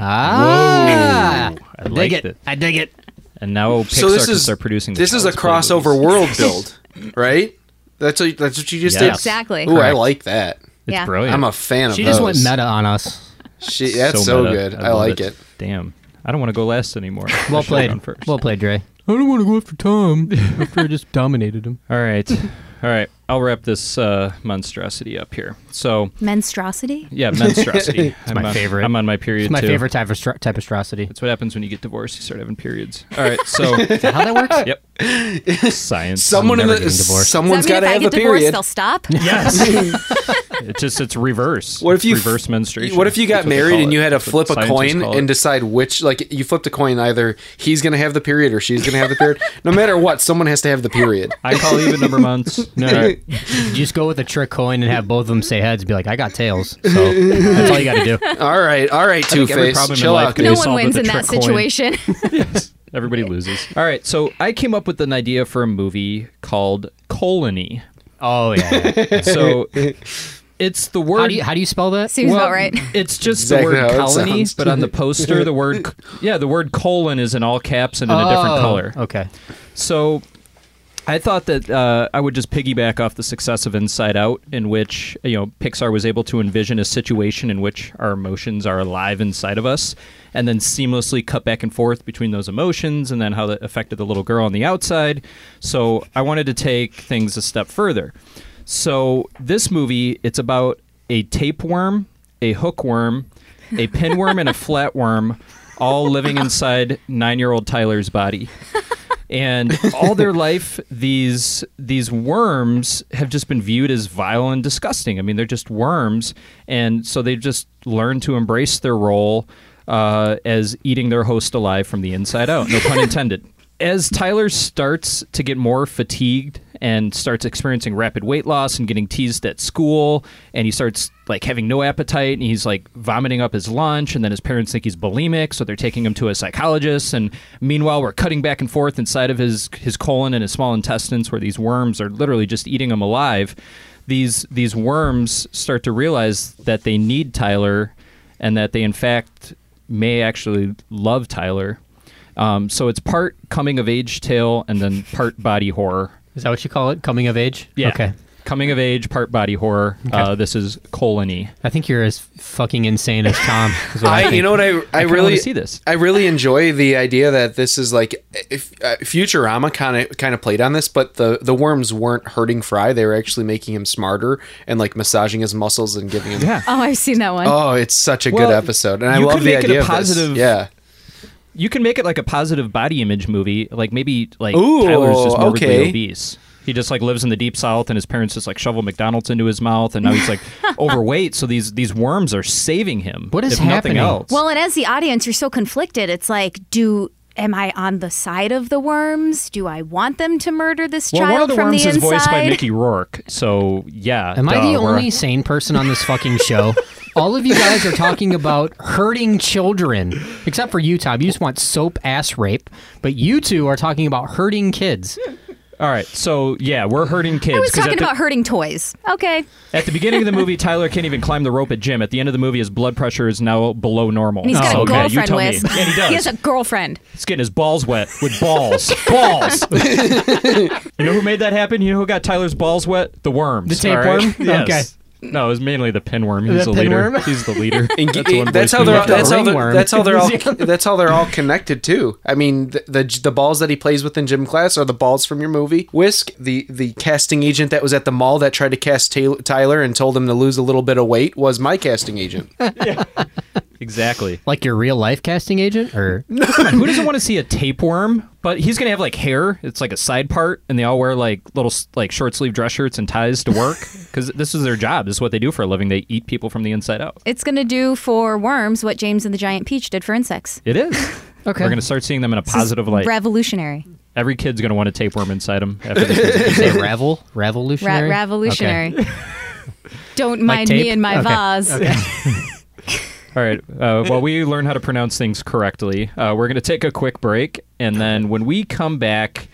Ah.
Whoa. I dig it.
I dig it.
And now Pixar
So this
can
is
start producing. The
This is a
Child's Play
crossover
movies.
world
[laughs]
build, right? That's what, that's what you just did.
Yes.
Exactly.
Ooh, I
Correct.
like that.
It's Yeah. brilliant.
I'm a fan of.
She just went
those.
meta on us.
She, that's so,
meta.
good. I,
love
like it.
Damn. I don't want to go last anymore. I
[laughs] Well
should've
played.
gone first.
Well played, Dre. I don't want to go after Tom after I just dominated him.
All right. All right. I'll wrap this uh, monstrosity up here. So,
Menstruosity?
[laughs]
yeah, monstrosity.
It's
I'm
my
on-
favorite.
I'm on my period.
It's my
too.
favorite type of stro- type of atrocity.
That's what happens when you get divorced. You start having
[laughs]
periods. [laughs] All right. So,
Is that how that works?
yep. Science.
Someone in
Never
the
getting divorced.
someone's
Does that
got to
mean if I
have
get
the
divorced,
period.
they'll stop?
Yes. It's just it's reverse.
What if
It's
you
reverse menstruation?
What if you got
That's what they
married
call
and
it.
you had to
That's what
flip a
scientists
coin
call it.
and decide which? Like you flipped a coin, either he's gonna have the period or she's gonna have the period. no matter what, someone has to have the period.
I call
[laughs]
even number months. No,
All right. You just go with a trick coin and have both of them say heads. Be like, I got tails. So that's all you got to do.
All right, all right, Two
think every
Face,
problem in
chill
life
out.
could be
dude.
No one wins in that
trick coin.
situation. [laughs]
Everybody loses. All right, so I came up with an idea for a movie called Colony.
Oh yeah.
[laughs]
yeah.
So it's the word.
How do you how do you spell that?
Seems about right.
It's just
Exactly
the
how
word
it
colony,
sounds.
but on the poster, the word yeah, the word colon is in all caps and in a different
Oh,
color.
Okay.
So I thought that uh, I would just piggyback off the success of Inside Out, in which you know Pixar was able to envision a situation in which our emotions are alive inside of us, and then seamlessly cut back and forth between those emotions, and then how that affected the little girl on the outside. So I wanted to take things a step further. So this movie, it's about a tapeworm, a hookworm, [laughs] a pinworm, and a flatworm, all living inside nine-year-old Tyler's body and all their life these these worms have just been viewed as vile and disgusting i mean they're just worms and so they've just learned to embrace their role uh, as eating their host alive from the inside out no pun intended as tyler starts to get more fatigued and starts experiencing rapid weight loss and getting teased at school and he starts like having no appetite and he's like vomiting up his lunch and then his parents think he's bulimic so they're taking him to a psychologist and meanwhile we're cutting back and forth inside of his his colon and his small intestines where these worms are literally just eating him alive these these worms start to realize that they need Tyler and that they in fact may actually love Tyler um, so it's part coming of age tale and then part body horror
Is that what you call it? Coming of age?
yeah.
Okay.
Coming of age, part body horror. Uh, this is colony.
I think you're as fucking insane as Tom. is what I,
I, you
think.
know what I, I,
kinda
really
wanna see this.
I really enjoy the idea that this is like if, uh, Futurama kind of kind of played on this, but the the worms weren't hurting Fry; they were actually making him smarter and like massaging his muscles and giving him.
Yeah.
Oh, I've seen that one.
Oh, it's such a
Well,
good episode, and I
you
love
could
the
make it a
idea of this.
positive-
Yeah.
You can make it like a positive body image movie, like maybe like
Ooh,
Tyler's just morbidly
okay.
obese.
He just like lives in the deep south, and his parents just like shovel McDonald's into his mouth, and now
[laughs]
he's like overweight. So these these worms are saving him. What
is
if
happening?
Nothing else.
Well, and as the audience, you're so conflicted. It's like, do am I on the side of the worms? Do I want them to murder this
Well,
child
one of the
from
worms
the
is
inside?
voiced by Mickey Rourke. So yeah,
Am I
duh,
the
we're-
only sane person on this fucking
[laughs]
show? All of you guys are talking about hurting children, except for you, Tom. You just want soap ass rape, but you two are talking about hurting kids.
All right, so yeah, we're hurting kids.
I was
'cause at
talking
the-
about hurting toys. Okay.
At the beginning of the
[laughs]
movie, Tyler can't even climb the rope at gym. At the end of the movie, his blood pressure is now below normal.
And he's got
So,
a
Oh, okay,
girlfriend,
you tell
Wiz.
me.
[laughs]
And he does.
has a girlfriend.
He's getting his balls wet
[laughs]
with balls.
[laughs]
balls. you know who made that happen? You know who got Tyler's balls wet? The worms.
The
all right?
tapeworm?
Yes. No, it was mainly the pinworm. He's
The
the, leader.
pinworm?
He's the leader.
And
That's the one
that's
voice
how
we
they're
left out.
that's how they're, that's how [laughs] they're all that's how they're all connected too. I mean, the, the the balls that he plays with in gym class are the balls from your movie. Whisk, the the casting agent that was at the mall that tried to cast Taylor, Tyler and told him to lose a little bit of weight, was my casting [laughs] agent.
Exactly.
Like your real life casting agent, or
Come on, who doesn't want to see a tapeworm? But he's gonna have like hair. It's like a side part, and they all wear like little s- like short sleeve dress shirts and ties to work because this is their job. This is what they do for a living. They eat people from the inside out.
It's going to do for worms what James and the Giant Peach did for insects.
It is. [laughs]
Okay.
We're gonna start seeing them in a
This is
positive light.
Revolutionary.
Every kid's gonna want a tapeworm inside them. After
[laughs]
this
[laughs]
say ravel, revolutionary,
Ra- revolutionary.
[laughs]
Don't mind me and my vase.
All right. Uh, while we learn how to pronounce things correctly, uh, we're going to take a quick break. And then when we come back,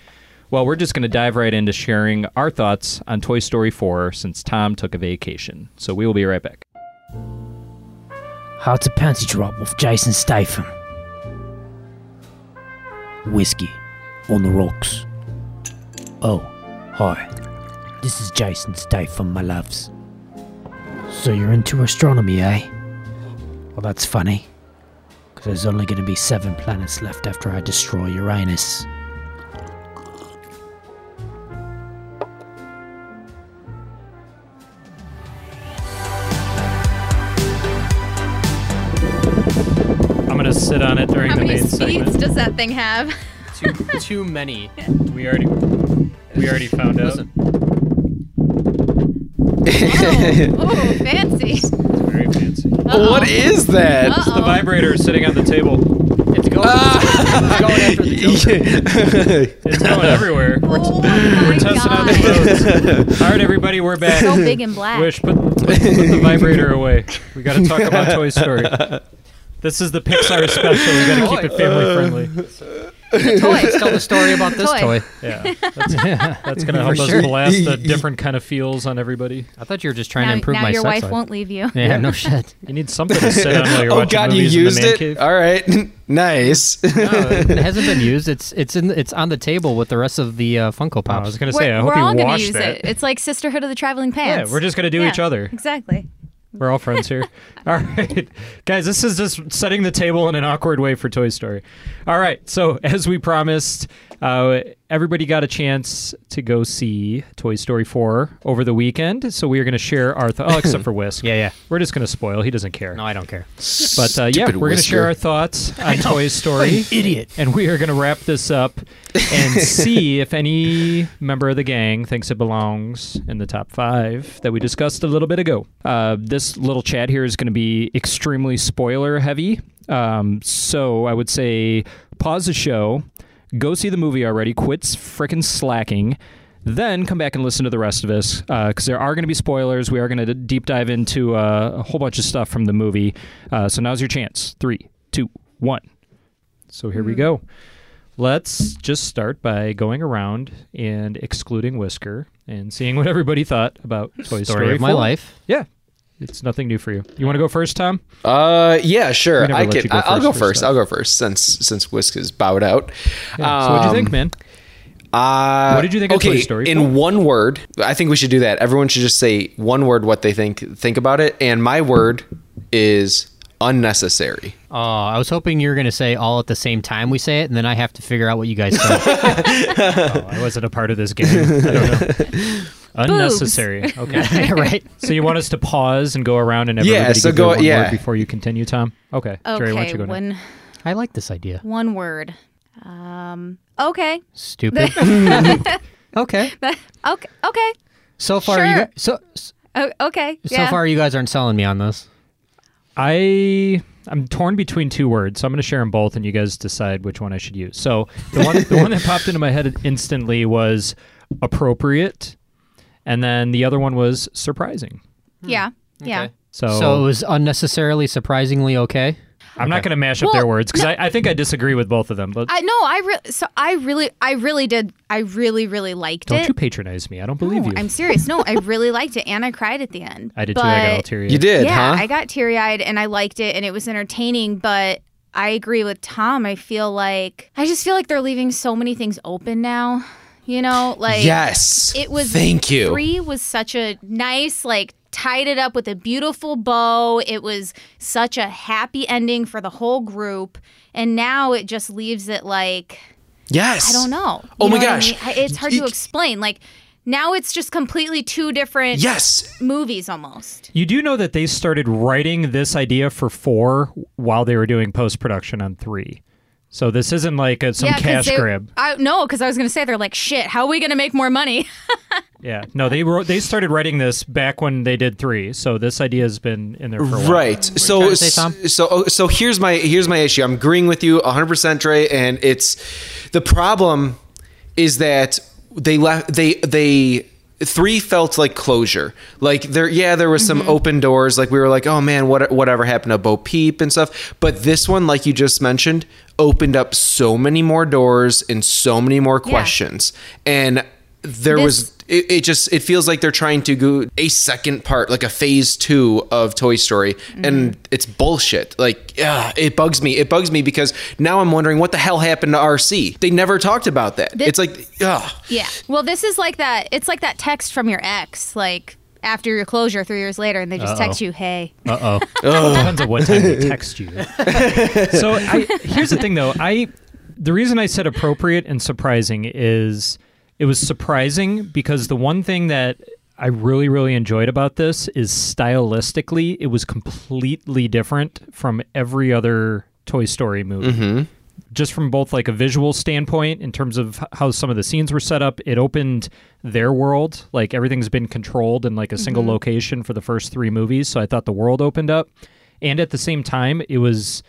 well, we're just going to dive right into sharing our thoughts on Toy Story 4 since Tom took a vacation. So we will be right back.
How to Panty Drop with Jason Statham. Whiskey on the rocks. Oh, hi. This is Jason Statham, my loves. So you're into astronomy, eh? Well, that's funny. Because there's only going to be seven planets left after I destroy Uranus.
I'm gonna sit on it during
How
the
many
main
speeds
segment.
does that
[laughs]
thing have?
too,
[laughs]
too many.
We already we already found out.
Oh, fancy.
Very fancy.
What is that?
It's
Oh.
the vibrator sitting on the table.
It's going.
it's going
[laughs]
after the It's going everywhere.
[laughs] Oh
We're, t- we're testing out
[laughs]
the roads. All right, everybody, we're back.
So big and black.
Wish, put, put, put the vibrator away. We got to talk about
[laughs]
Toy Story. This is the Pixar special. We got to keep it
Uh.
family friendly.
Let's tell the story about this toy.
Yeah, that's, that's
[laughs]
gonna help
For
us
sure.
blast a different kind of feels on everybody.
I thought you were just trying
Now-
to improve
now
my
your
sex
wife
life.
won't leave you. [laughs]
Yeah, no shit.
You need something to sit on while
[laughs]
you're
oh
watching
God, you
movies in the
used
man
it. Uh,
cave.
All right, [laughs] nice.
[laughs] it hasn't been used. It's it's in it's on the table with the rest of the uh, Funko Pops. I was
gonna
we're we're all gonna use it. It's like Sisterhood of the Traveling Pants.
we're just gonna do
Yeah,
each other.
Exactly.
We're all friends here. [laughs] all right. Guys, this is just setting the table in an awkward way for Toy Story. All right. So, as we promised, uh, everybody got a chance to go see Toy Story 4 over the weekend. So, we are going to share our thoughts. Oh, except
[laughs]
for Whisk. yeah, yeah. We're just going to spoil. He doesn't care. No,
I don't care.
But, uh, yeah,
Stupid
we're going to
Whisker.
share our thoughts
[laughs] I
on
know.
Toy Story.
What an idiot.
And we are going to wrap this up and see if any member of the gang thinks it belongs in the top five that we discussed a little bit ago. Uh, this little chat here is going to be extremely spoiler heavy. Um, so I would say pause the show, go see the movie already, quit frickin' slacking. Then come back and listen to the rest of us because there are going to be spoilers. We are going to deep dive into uh, a whole bunch of stuff from the movie. Uh, so now's your chance. Three, two, one. So here we go. Let's just start by going around and excluding Whisker and seeing what everybody thought about Toy Story,
Story of my
4.
life.
Yeah, it's nothing new for you. You want to go first, Tom?
Uh, yeah,
We
sure.
never
I
let
can.
you go
I- I'll
first
go
for
first.
stuff.
I'll go first since since Whisk is bowed out. Um,
Yeah. So what'd you think, man?
Uh,
What did you think of
okay,
Toy Story
In
four?
one word, I think we should do that. Everyone should just say one word what they think think about it. And my word is unnecessary.
Oh, I was hoping you were gonna say all at the same time we say it, and then I have to figure out what you guys said. [laughs]
Oh, I wasn't a part of this game. I don't know. Unnecessary.
Boobs.
Okay.
Right.
[laughs] So you want us to pause and go around and
Yeah,
everybody
so
give their
go-
one word
yeah.
before you continue, Tom? Okay. Jerry, why don't
Okay,
you go next?
one
I like this idea.
[laughs] one word. Um, okay.
Stupid. Okay.
okay. Okay.
So far, you
Sure.
gu- so so
O- okay. yeah.
far you guys aren't selling me on this.
I I'm torn between two words, so I'm going to share them both, and you guys decide which one I should use. So the one the one that popped into my head instantly was appropriate, and then the other one was surprising.
Yeah.
Hmm,
Yeah.
So,
it was unnecessarily surprisingly okay.
I'm not going to mash up
Well,
their words because I, I think I disagree with both of them. But
I no, I re- so I really I really did I really really liked
don't
it.
you patronize me? I don't believe you.
I'm serious. No, I really liked it, and I cried at the end.
I did too. I got all
But-
teary. You did,
yeah,
huh?
I got teary eyed, and I liked it, and it was entertaining. But I agree with Tom. I feel like I just feel like they're leaving so many things open now. You know, like
Yes.
it was.
Thank you.
Three was such a nice like. Tied it up with a beautiful bow. It was such a happy ending for the whole group. And now it just leaves it like,
Yes.
I don't know.
Oh
You
my
know what I
gosh.
mean? I- It's hard to explain. Like now it's just completely two different
Yes.
movies almost.
You do know that they started writing this idea for four while they were doing post production on three. So this isn't like a, some
'cause
cash
they-
grab.
I no, because I was gonna say they're like shit. How are we gonna make more money? [laughs]
Yeah. No, they wrote. They started writing this back when they did three. So this idea has been in there for a while.
Right. So so oh, so here's my here's my issue. I'm agreeing with you 100% Dre and it's the problem is that they left they they 3 felt like closure. Like there yeah, there was
Mm-hmm.
some open doors like we were like, "Oh man, what whatever happened to Bo Peep and stuff." But this one like you just mentioned opened up so many more doors and so many more
Yeah.
questions. And there
This-
was it, it just it feels like they're trying to go a second part like a phase two of toy story and
Mm-hmm.
it's bullshit like yeah it bugs me it bugs me because now i'm wondering what the hell happened to rc they never talked about that
Thi-
it's like yeah
yeah. Well, this is like that. It's like that text from your ex, like after your closure three years later, and they just
Uh-oh.
text you, "Hey."
Uh oh. Depends on what time they text you. so I, here's the thing, though. I the reason I said appropriate and surprising is it was surprising because the one thing that I really really enjoyed about this is stylistically it was completely different from every other Toy Story movie. Just from both like a visual standpoint in terms of h- how some of the scenes were set up, it opened their world. Like everything's been controlled in like a single
Mhm.
location location for the first three movies, so I thought the world opened up. And at the same time, it was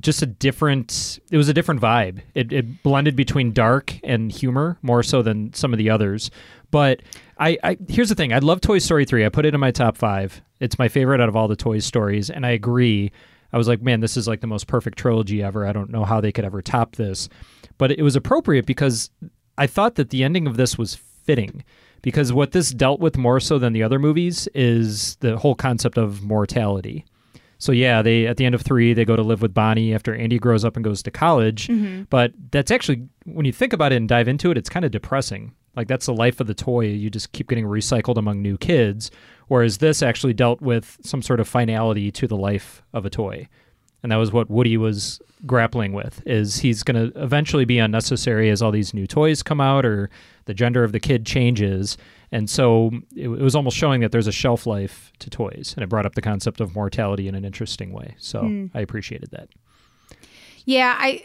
just a different it was a different vibe. It, it blended between dark and humor more so than some of the others. But I, I here's the thing. I love Toy Story 3. I put it in my top five. It's my favorite out of all the Toy Stories, and I agree. I was like, man, this is like the most perfect trilogy ever. I don't know how they could ever top this. But it was appropriate because I thought that the ending of this was fitting because what this dealt with more so than the other movies is the whole concept of mortality. So yeah, they at the end of 3 they go to live with Bonnie after Andy grows up and goes to college,
Mhm.
but that's actually when you think about it and dive into it, it's kind of depressing. Like that's the life of the toy, you just keep getting recycled among new kids, whereas this actually dealt with some sort of finality to the life of a toy. And that was what Woody was grappling with is he's going to eventually be unnecessary as all these new toys come out or the gender of the kid changes. And so um, it, it was almost showing that there's a shelf life to toys and it brought up the concept of mortality in an interesting way. So
Hmm.
I appreciated that.
Yeah, I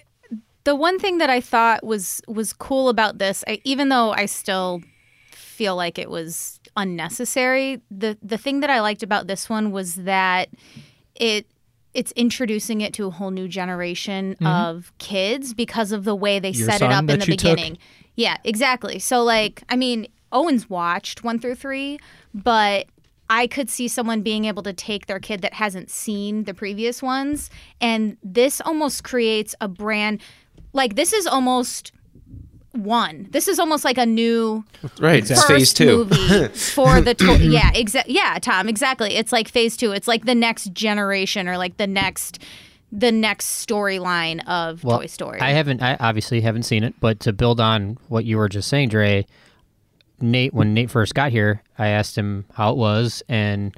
the one thing that I thought was was cool about this, I, even though I still feel like it was unnecessary, the the thing that I liked about this one was that it it's introducing it to a whole new generation
Mhm.
of kids because of the way they
Your
set it
son
up in
that
the
you took?
beginning. Yeah, exactly. So like, I mean, Owen's watched 1 through 3, but I could see someone being able to take their kid that hasn't seen the previous ones. And this almost creates a brand like this is almost one. This is almost like a new
right it's
first
phase two [laughs]
movie for the to- yeah, exa- yeah, Tom, exactly. It's like phase 2. It's like the next generation or like the next the next storyline of Toy Story.
I haven't. I obviously haven't seen it, but to build on what you were just saying, Dre, Nate, when Nate first got here, I asked him how it was, and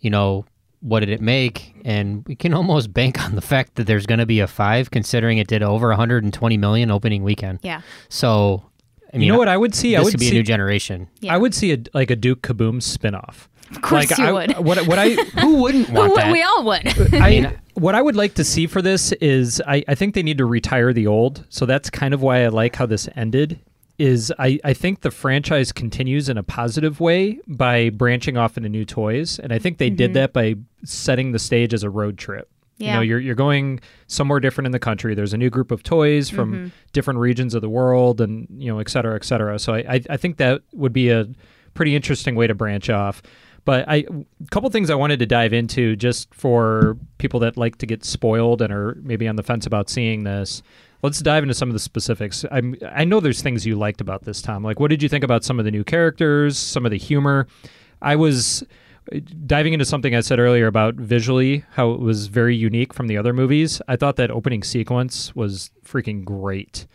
you know what did it make, and we can [laughs] almost bank on the fact that there's going to be a five, considering it did over 120 million opening weekend.
Yeah.
So, I
You
mean,
know what I would see? I
This
would
could be
see-
a new generation.
I would see a, like a Duke Kaboom spinoff. Of
course
like
you
I,
would.
What, what I
[laughs]
who wouldn't
Who would- Oh, we
[laughs]
all would.
Uh,
[laughs] I mean, what I would like to see for this is I, I think they need to retire the old. So that's kind of why I like how this ended. is I, I think the franchise continues in a positive way by branching off into new toys. And I think they did
Mhm.
that by setting the stage as a road trip. You
Yeah.
know, you're, you're going somewhere different in the country. There's a new group of toys from
Mhm.
different regions of the world and, you know, et cetera, et cetera. So I, I, I think that would be a pretty interesting way to branch off. But I, a couple things I wanted to dive into just for people that like to get spoiled and are maybe on the fence about seeing this. Let's dive into some of the specifics. I'm, I know there's things you liked about this, Tom. Like, what did you think about some of the new characters, some of the humor? I was diving into something I said earlier about visually how it was very unique from the other movies. I thought that opening sequence was freaking great.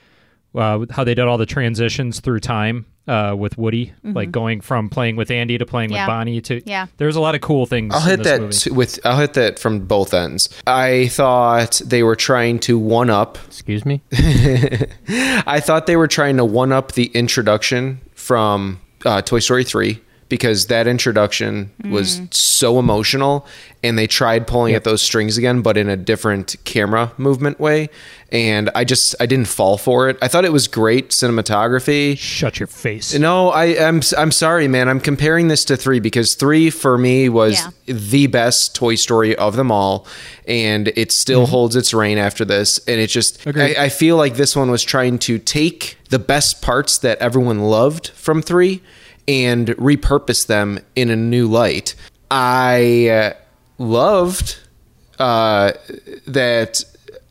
Uh, with how they did all the transitions through time uh, with Woody, like
Mhm.
going from playing with Andy to playing
Yeah.
with Bonnie to
Yeah.
There's a lot of cool things.
I'll
in
hit
this
that
movie.
t- with I'll hit that from both ends. I thought they were trying to one up.
Excuse me.
I thought they were trying to one up the introduction from uh, Toy Story three because that introduction was so emotional, and they tried pulling at those strings again, but in a different camera movement way. And I just I didn't fall for it. I thought it was great cinematography.
Shut your face.
No, I am I'm, I'm sorry, man. I'm comparing this to 3 because 3 for me was the best Toy Story of them all and it still
Mm-hmm.
holds its reign after this and it just I, I feel like this one was trying to take the best parts that everyone loved from 3 and repurpose them in a new light. I uh, loved uh, that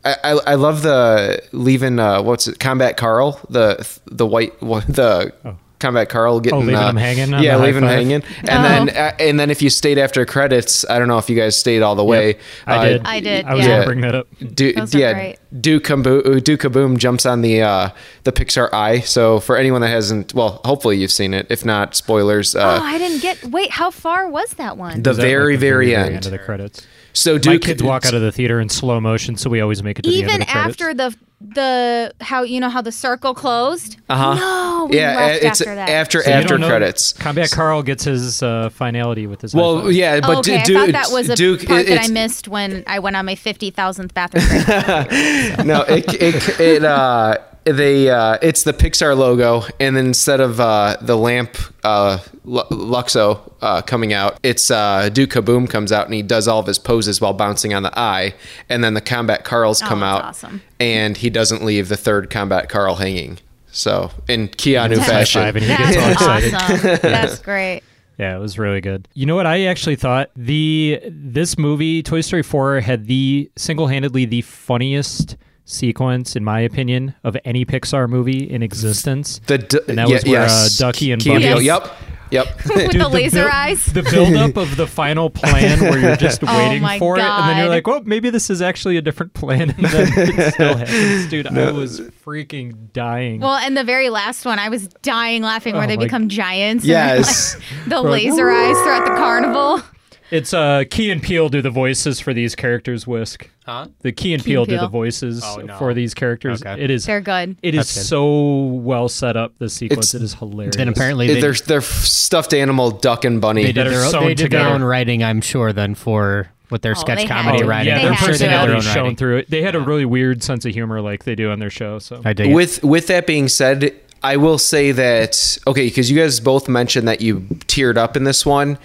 I, I, I love the leaving uh, what's it, Combat Carl the the white [laughs] one- the Combat Carl getting
Oh. leaving
uh,
him hanging on
yeah
the high
leaving him
five.
hanging and
Oh.
then uh, and then if you stayed after credits I don't know if you guys stayed all the way
I
uh,
did. I did, I was gonna yeah. bring that up.
do,
Those are
yeah
great.
do kaboom do kaboom jumps on the uh, the Pixar eye so for anyone that hasn't well hopefully you've seen it if not spoilers uh,
oh, I didn't get. Wait, how far was that one?
the
Is that, like,
very
the
very,
very
end.
end of the credits.
So
My
Duke-
kids walk out of the theater in slow motion, so we always make it to the end
Even
of the credits.
after the the how you know how the circle closed.
Uh-huh.
No, we
Yeah,
left
it's
after that.
after-
So you don't
after
know-
credits.
Combat Carl gets his uh, finality with his.
Well,
iPhone.
yeah, but
Oh, okay,
Du-
I thought
Du-
that was a
Duke,
part
it-
that I
it's-
missed when I went on my fifty
[laughs]
thousandth bathroom break.
no, it it, it uh they uh it's the Pixar logo and then instead of uh the lamp uh Lu- Luxo uh coming out, it's uh Duke Kaboom comes out and he does all of his poses while bouncing on the eye and then the Combat Carls
Oh,
come
that's
out
awesome.
and he doesn't leave the third Combat Carl hanging. So in Keanu
That's
fashion.
high five and he gets all excited.
That's
[laughs]
great. [laughs]
Yeah, it was really good. You know what? I actually thought the this movie, Toy Story Four, had the single handedly the funniest sequence, in my opinion, of any Pixar movie in existence.
The d-
and that
ye-
was where
yes.
uh, Ducky and
Keanu-
Bunny.
Yep. Yep.
[laughs] With the laser
buil-
eyes?
The buildup of the final plan where
[laughs]
you're just
Oh
waiting
my
for it, and then you're
God.
like, "Well, maybe this is actually a different plan." [laughs] And then it still happens, dude. I was freaking dying.
Well, and the very last one, I was dying laughing where
Oh
they
my-
become giants.
Yes.
And, like,
[laughs]
the
We're like,
laser eyes throughout the carnival.
It's uh, Key and Peele do the voices for these characters. Whisk,
Huh?
The Key and
Key
Peele
and
do the
Peele.
voices
Oh, no.
for these characters.
Okay.
It is
They're good.
It is
That's good.
so well set up. The sequence. it is hilarious.
Then apparently
It-
they-
they're they're stuffed animal duck and bunny.
They did, their, own- they did their own writing, I'm sure, then for with their
Oh,
sketch
they had
comedy
to.
writing.
Yeah,
They
their
had to.
personality is
Their own
shown
writing.
through it. They had a really weird sense of humor, like they do on their show. So
I
with with that being said, I will say that okay, because you guys both mentioned that you teared up in this one.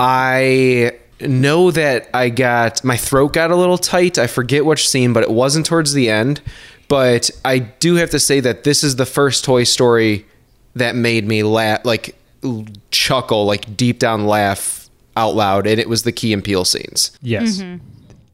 I know that I got my throat got a little tight. I forget which scene, but it wasn't towards the end. But I do have to say that this is the first Toy Story that made me laugh, like l- chuckle, like deep down laugh out loud, and it was the Key and Peele scenes.
Yes.
Mm-hmm.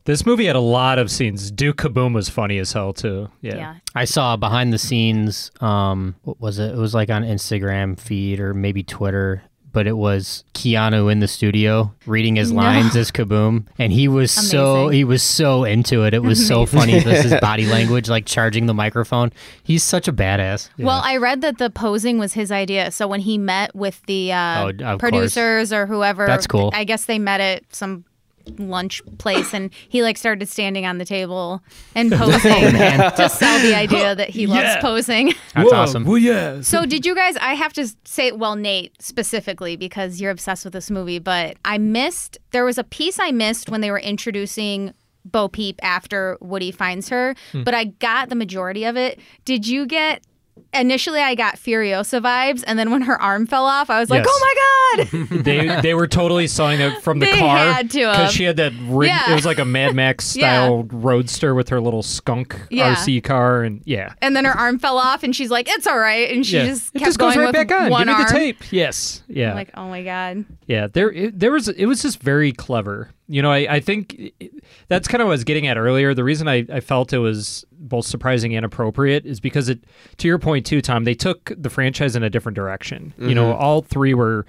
This movie had a lot of scenes. Duke Kaboom was funny as hell too. Yeah.
I saw behind the scenes. Um, what was it? It was like on Instagram feed or maybe Twitter, but it was Keanu in the studio reading his
No.
lines as Kaboom, and he was so
Amazing.
he was so into it. It
[laughs]
was so
Amazing.
funny. This is body language, like charging the microphone. He's such a badass.
Well, I read that the posing was his idea. So when he met with the
Oh,
uh,
of course.
producers or whoever,
That's cool.
I guess they met at some lunch place and he like started standing on the table and posing to sell the idea that he loves
[laughs] Yeah.
posing.
That's awesome.
Well, yeah.
So did you guys I have to say well Nate specifically because you're obsessed with this movie but I missed there was a piece I missed when they were introducing Bo Peep after Woody finds her
Hmm.
but I got the majority of it. Did you get initially I got Furiosa vibes, and then when her arm fell off, I was like,
Yes.
oh my
[laughs]
god!
[laughs] they they were totally selling it from the
They
car
had to have.
she had that rig-
Yeah.
it was like a Mad Max
[laughs]
style roadster with her little skunk
Yeah.
RC car and yeah
and then her arm fell off, and she's like, it's all right, and she
Yeah.
just
It
kept
just goes
going
right
with
back on.
one
Give me the
arm.
tape. Yes. Yeah.
I'm like, oh my god.
Yeah, there it, there was it was just very clever. You know, I, I think it- that's kind of what I was getting at earlier. The reason I, I felt it was both surprising and appropriate is because it to your point too, Tom, they took the franchise in a different direction. You know,
Mhm.
all three were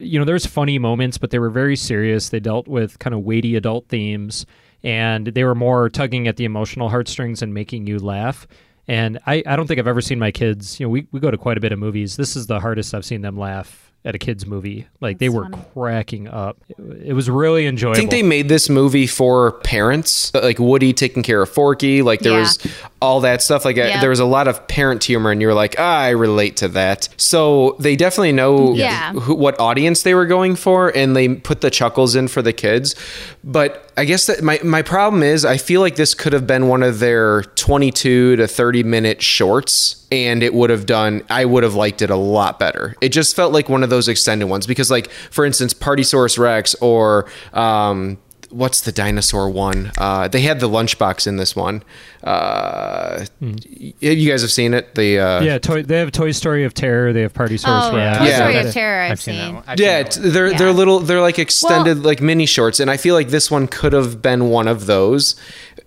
you know, there's funny moments, but they were very serious. They dealt with kind of weighty adult themes and they were more tugging at the emotional heartstrings and making you laugh. And I, I don't think I've ever seen my kids, you know, we, we go to quite a bit of movies. This is the hardest I've seen them laugh at a kid's movie. Like they were cracking up. It was really enjoyable.
I think they made this movie for parents, uh, like Woody taking care of Forky. Like there
Yeah.
was all that stuff. Like I,
Yeah.
there was a lot of parent humor, and you were like, ah, I relate to that. So they definitely know
Yeah.
who, what audience they were going for, and they put the chuckles in for the kids. But I guess that my my problem is, I feel like this could have been one of their twenty two to thirty minute shorts, and it would have done. I would have liked it a lot better. It just felt like one of those extended ones because, like for instance, Party Source Rex or. Um, What's the dinosaur one? Uh, they had the lunchbox in this one. Uh, y- You guys have seen it. The uh,
yeah, toy, they have Toy Story of Terror. They have Party Source.
Oh,
Rats.
Toy Yeah. Story of
Terror, I've
seen.
yeah, it's- they're they're little they're like extended like mini shorts, and I feel like this one could have been one of those.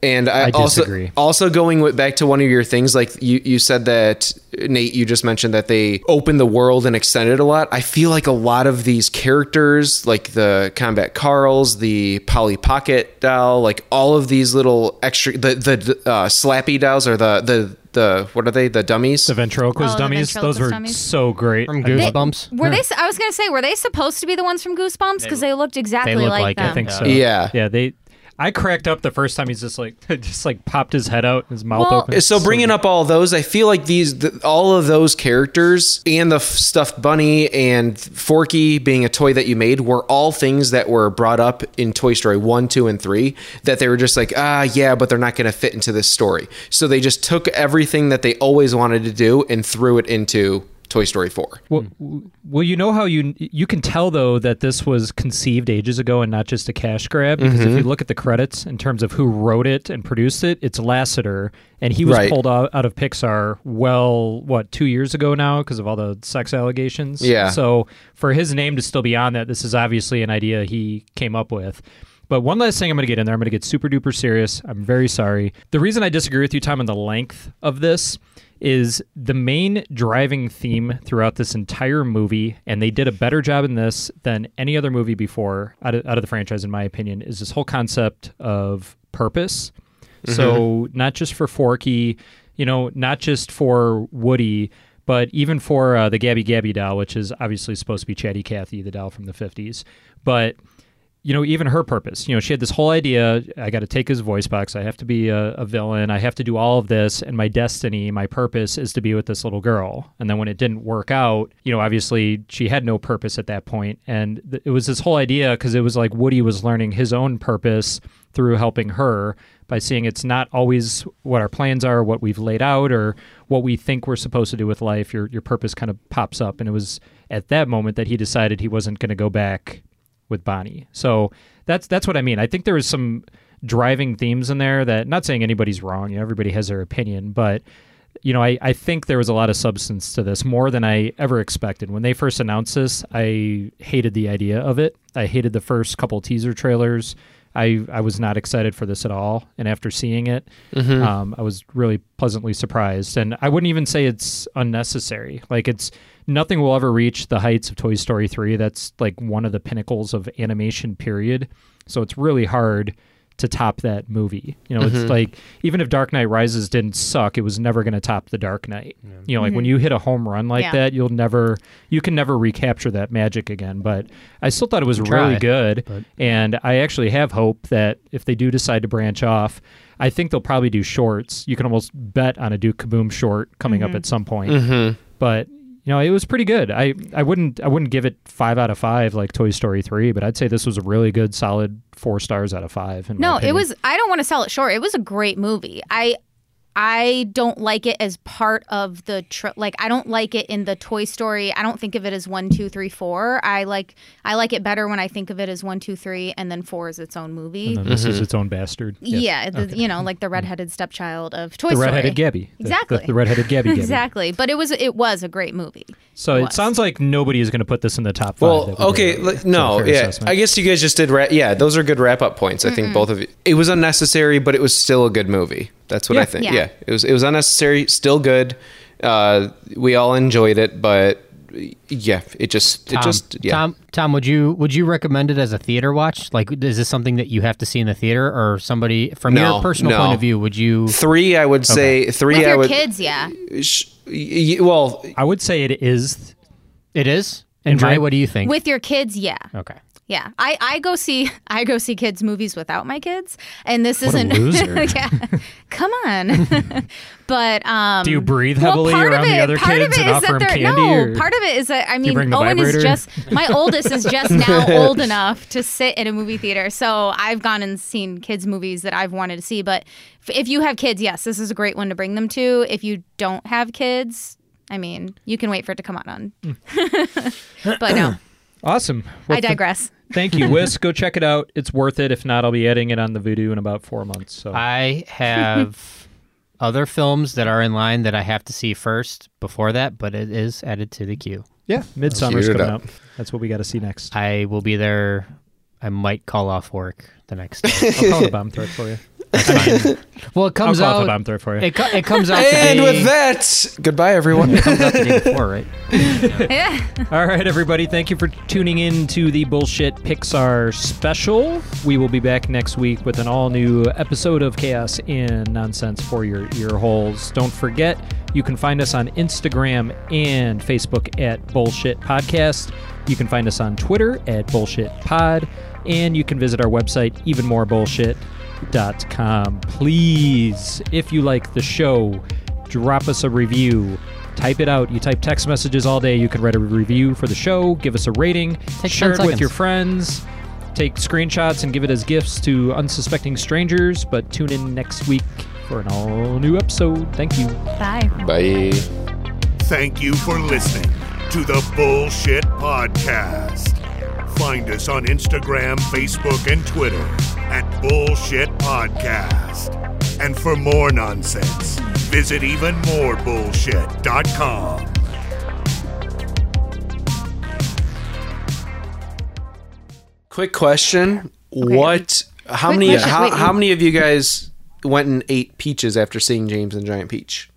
And I,
I
also
disagree.
also going with, back to one of your things, like you you said that Nate, you just mentioned that they opened the world and extended a lot. I feel like a lot of these characters, like the Combat Carls, the Polly Pocket doll, like all of these little extra the the uh, Slappy dolls or the the the what are they the dummies the
ventriloquist
Oh, the dummies. Those ventriloquist were dummies.
so great
from
They-
Goosebumps.
were they? I was gonna say, were they supposed to be the ones from Goosebumps? Because they looked exactly like, them.
I think so.
Yeah.
Yeah. They. I cracked up the first time he's just like [laughs] just like popped his head out, his mouth
Well,
open.
So bringing up all those, I feel like these, th all of those characters and the f- stuffed bunny and Forky being a toy that you made were all things that were brought up in Toy Story 1, 2, and 3 that they were just like, ah, yeah, but they're not going to fit into this story. So they just took everything that they always wanted to do and threw it into Toy Story 4.
Well, well, you know how you you can tell though that this was conceived ages ago and not just a cash grab because
Mhm.
if you look at the credits in terms of who wrote it and produced it, it's Lasseter, and he was
Right.
pulled out, out of Pixar well what two years ago now because of all the sex allegations.
Yeah.
So for his name to still be on that, this is obviously an idea he came up with. But one last thing I'm going to get in there. I'm going to get super duper serious. I'm very sorry. The reason I disagree with you, Tom, on the length of this is the main driving theme throughout this entire movie, and they did a better job in this than any other movie before out of, out of the franchise, in my opinion, is this whole concept of purpose. So not just for Forky, you know, not just for Woody, but even for uh, the Gabby Gabby doll, which is obviously supposed to be Chatty Cathy, the doll from the '50s. But you know, even her purpose. You know, she had this whole idea: I got to take his voice box. I have to be a, a villain. I have to do all of this, and my destiny, my purpose, is to be with this little girl. And then when it didn't work out, you know, obviously she had no purpose at that point, and th- it was this whole idea because it was like Woody was learning his own purpose through helping her by seeing it's not always what our plans are, what we've laid out, or what we think we're supposed to do with life. Your your purpose kind of pops up, and it was at that moment that he decided he wasn't going to go back with Bonnie. So that's that's what I mean. I think there was some driving themes in there that not saying anybody's wrong. You know, everybody has their opinion, but you know, I, I think there was a lot of substance to this, more than I ever expected. When they first announced this, I hated the idea of it. I hated the first couple teaser trailers. I, I was not excited for this at all. And after seeing it,
Mhm.
um, I was really pleasantly surprised. And I wouldn't even say it's unnecessary. Like, it's nothing will ever reach the heights of Toy Story 3. That's like one of the pinnacles of animation, period. So it's really hard to top that movie. You know,
Mhm.
it's like even if Dark Knight Rises didn't suck, it was never going to top The Dark Knight. You know, like when
Mhm.
you hit a home run like
Yeah.
that, you'll never, you can never recapture that magic again. But I still thought it was
You can
really
try,
good.
but-
And I actually have hope that if they do decide to branch off, I think they'll probably do shorts. You can almost bet on a Duke Kaboom short coming up
Mhm.
at some point.
Mhm.
But you know, it was pretty good. I, I wouldn't I wouldn't give it five out of five like Toy Story three, but I'd say this was a really good, solid four stars out of five. in my
No, it
opinion.
was. I don't want to sell it short. It was a great movie. I I don't like it as part of the tr- like I don't like it in the Toy Story. I don't think of it as one, two, three, four. I like I like it better when I think of it as one, two, three, and then four is its own movie.
And then this is
Mm-hmm.
its own bastard.
Yeah, the, you know, like the redheaded stepchild of Toy
the
Story.
redheaded Gabby. The- the-
Exactly.
The, redheaded Gabby. Gabby.
Exactly. But it was it was a great movie.
So it sounds like nobody is going to put this in the top five.
Well,
that we
okay,
did.
le-
It's a
no,
fair
yeah.
assessment.
I guess you guys just did. Ra- yeah, those are good wrap-up points. I think both of you. It was unnecessary, but it was still a good movie. That's what
Yeah.
I think.
Yeah.
Yeah. it was. It was unnecessary, still good. Uh, we all enjoyed it, but yeah, it just, it
Tom,
just, yeah.
Tom, Tom, would you would you recommend it as a theater watch? Like, is this something that you have to see in the theater, or somebody from your
No,
personal
no.
point of view? Would you
three? I would say three.
With
I
your
would.
kids, yeah.
Sh- y- y- well,
I would say it is.
It is. And
my-
Dre, what do you think?
With your kids, yeah.
okay.
Yeah, I, I go see [laughs] I go see kids movies without my kids, and this [laughs]
What a
isn't.
loser.
yeah, come
[laughs]
on. [laughs] but um,
Do you breathe heavily
part of
around the other
part
kids
of
and
it is that
offer 'em
they're-
candy,
No,
or-
part of it is that I
Do you
mean,
bring the
Owen
vibrator?
is just
[laughs]
my oldest is just now old enough to sit in a movie theater, so I've gone and seen kids movies that I've wanted to see. But f- if you have kids, yes, this is a great one to bring them to. If you don't have kids, I mean, you can wait for it to come out on. [laughs] but
[coughs]
no,
Awesome.
I
Hmm. th-
digress.
Thank you, Wiz. Go check it out. It's worth it. If not, I'll be adding it on the Voodoo in about four months. So
I have other films that are in line that I have to see first before that, but it is added to the queue.
yeah, Midsummer's
Cue it
coming
up.
up. That's what we got to see next.
I will be there. I might call off work the
[laughs]
next day.
I'll call the bomb threat
[laughs]
for you.
well, it comes
I'll call
out.
it the bomb threat for you.
It, co- it
[laughs]
comes out.
And
today.
with that, goodbye, everyone.
It comes out the day
[laughs]
before, right?
All right, everybody. Thank you for tuning in to the Bullshit Pixar special. We will be back next week with an all new episode of Chaos and Nonsense for your ear holes. Don't forget, you can find us on Instagram and Facebook at Bullshit Podcast. You can find us on Twitter at Bullshit Pod. And you can visit our website, evenmorebullshit.com. Please, if you like the show, drop us a review. Type it out. You type text messages all day. You can write a review for the show, give us a rating,
Take
share
10
it with your
seconds.
friends, take screenshots and give it as gifts to unsuspecting strangers. But tune in next week for an all new episode. Thank you.
Bye.
Bye.
Thank you for listening to the Bullshit Podcast. Find us on Instagram, Facebook, and Twitter at Bullshit Podcast. And for more nonsense, visit evenmorebullshit.com.
Quick question: What? How
Quick
many?
question,
How,
wait,
how
wait.
many of you guys went and ate peaches after seeing James and Giant Peach?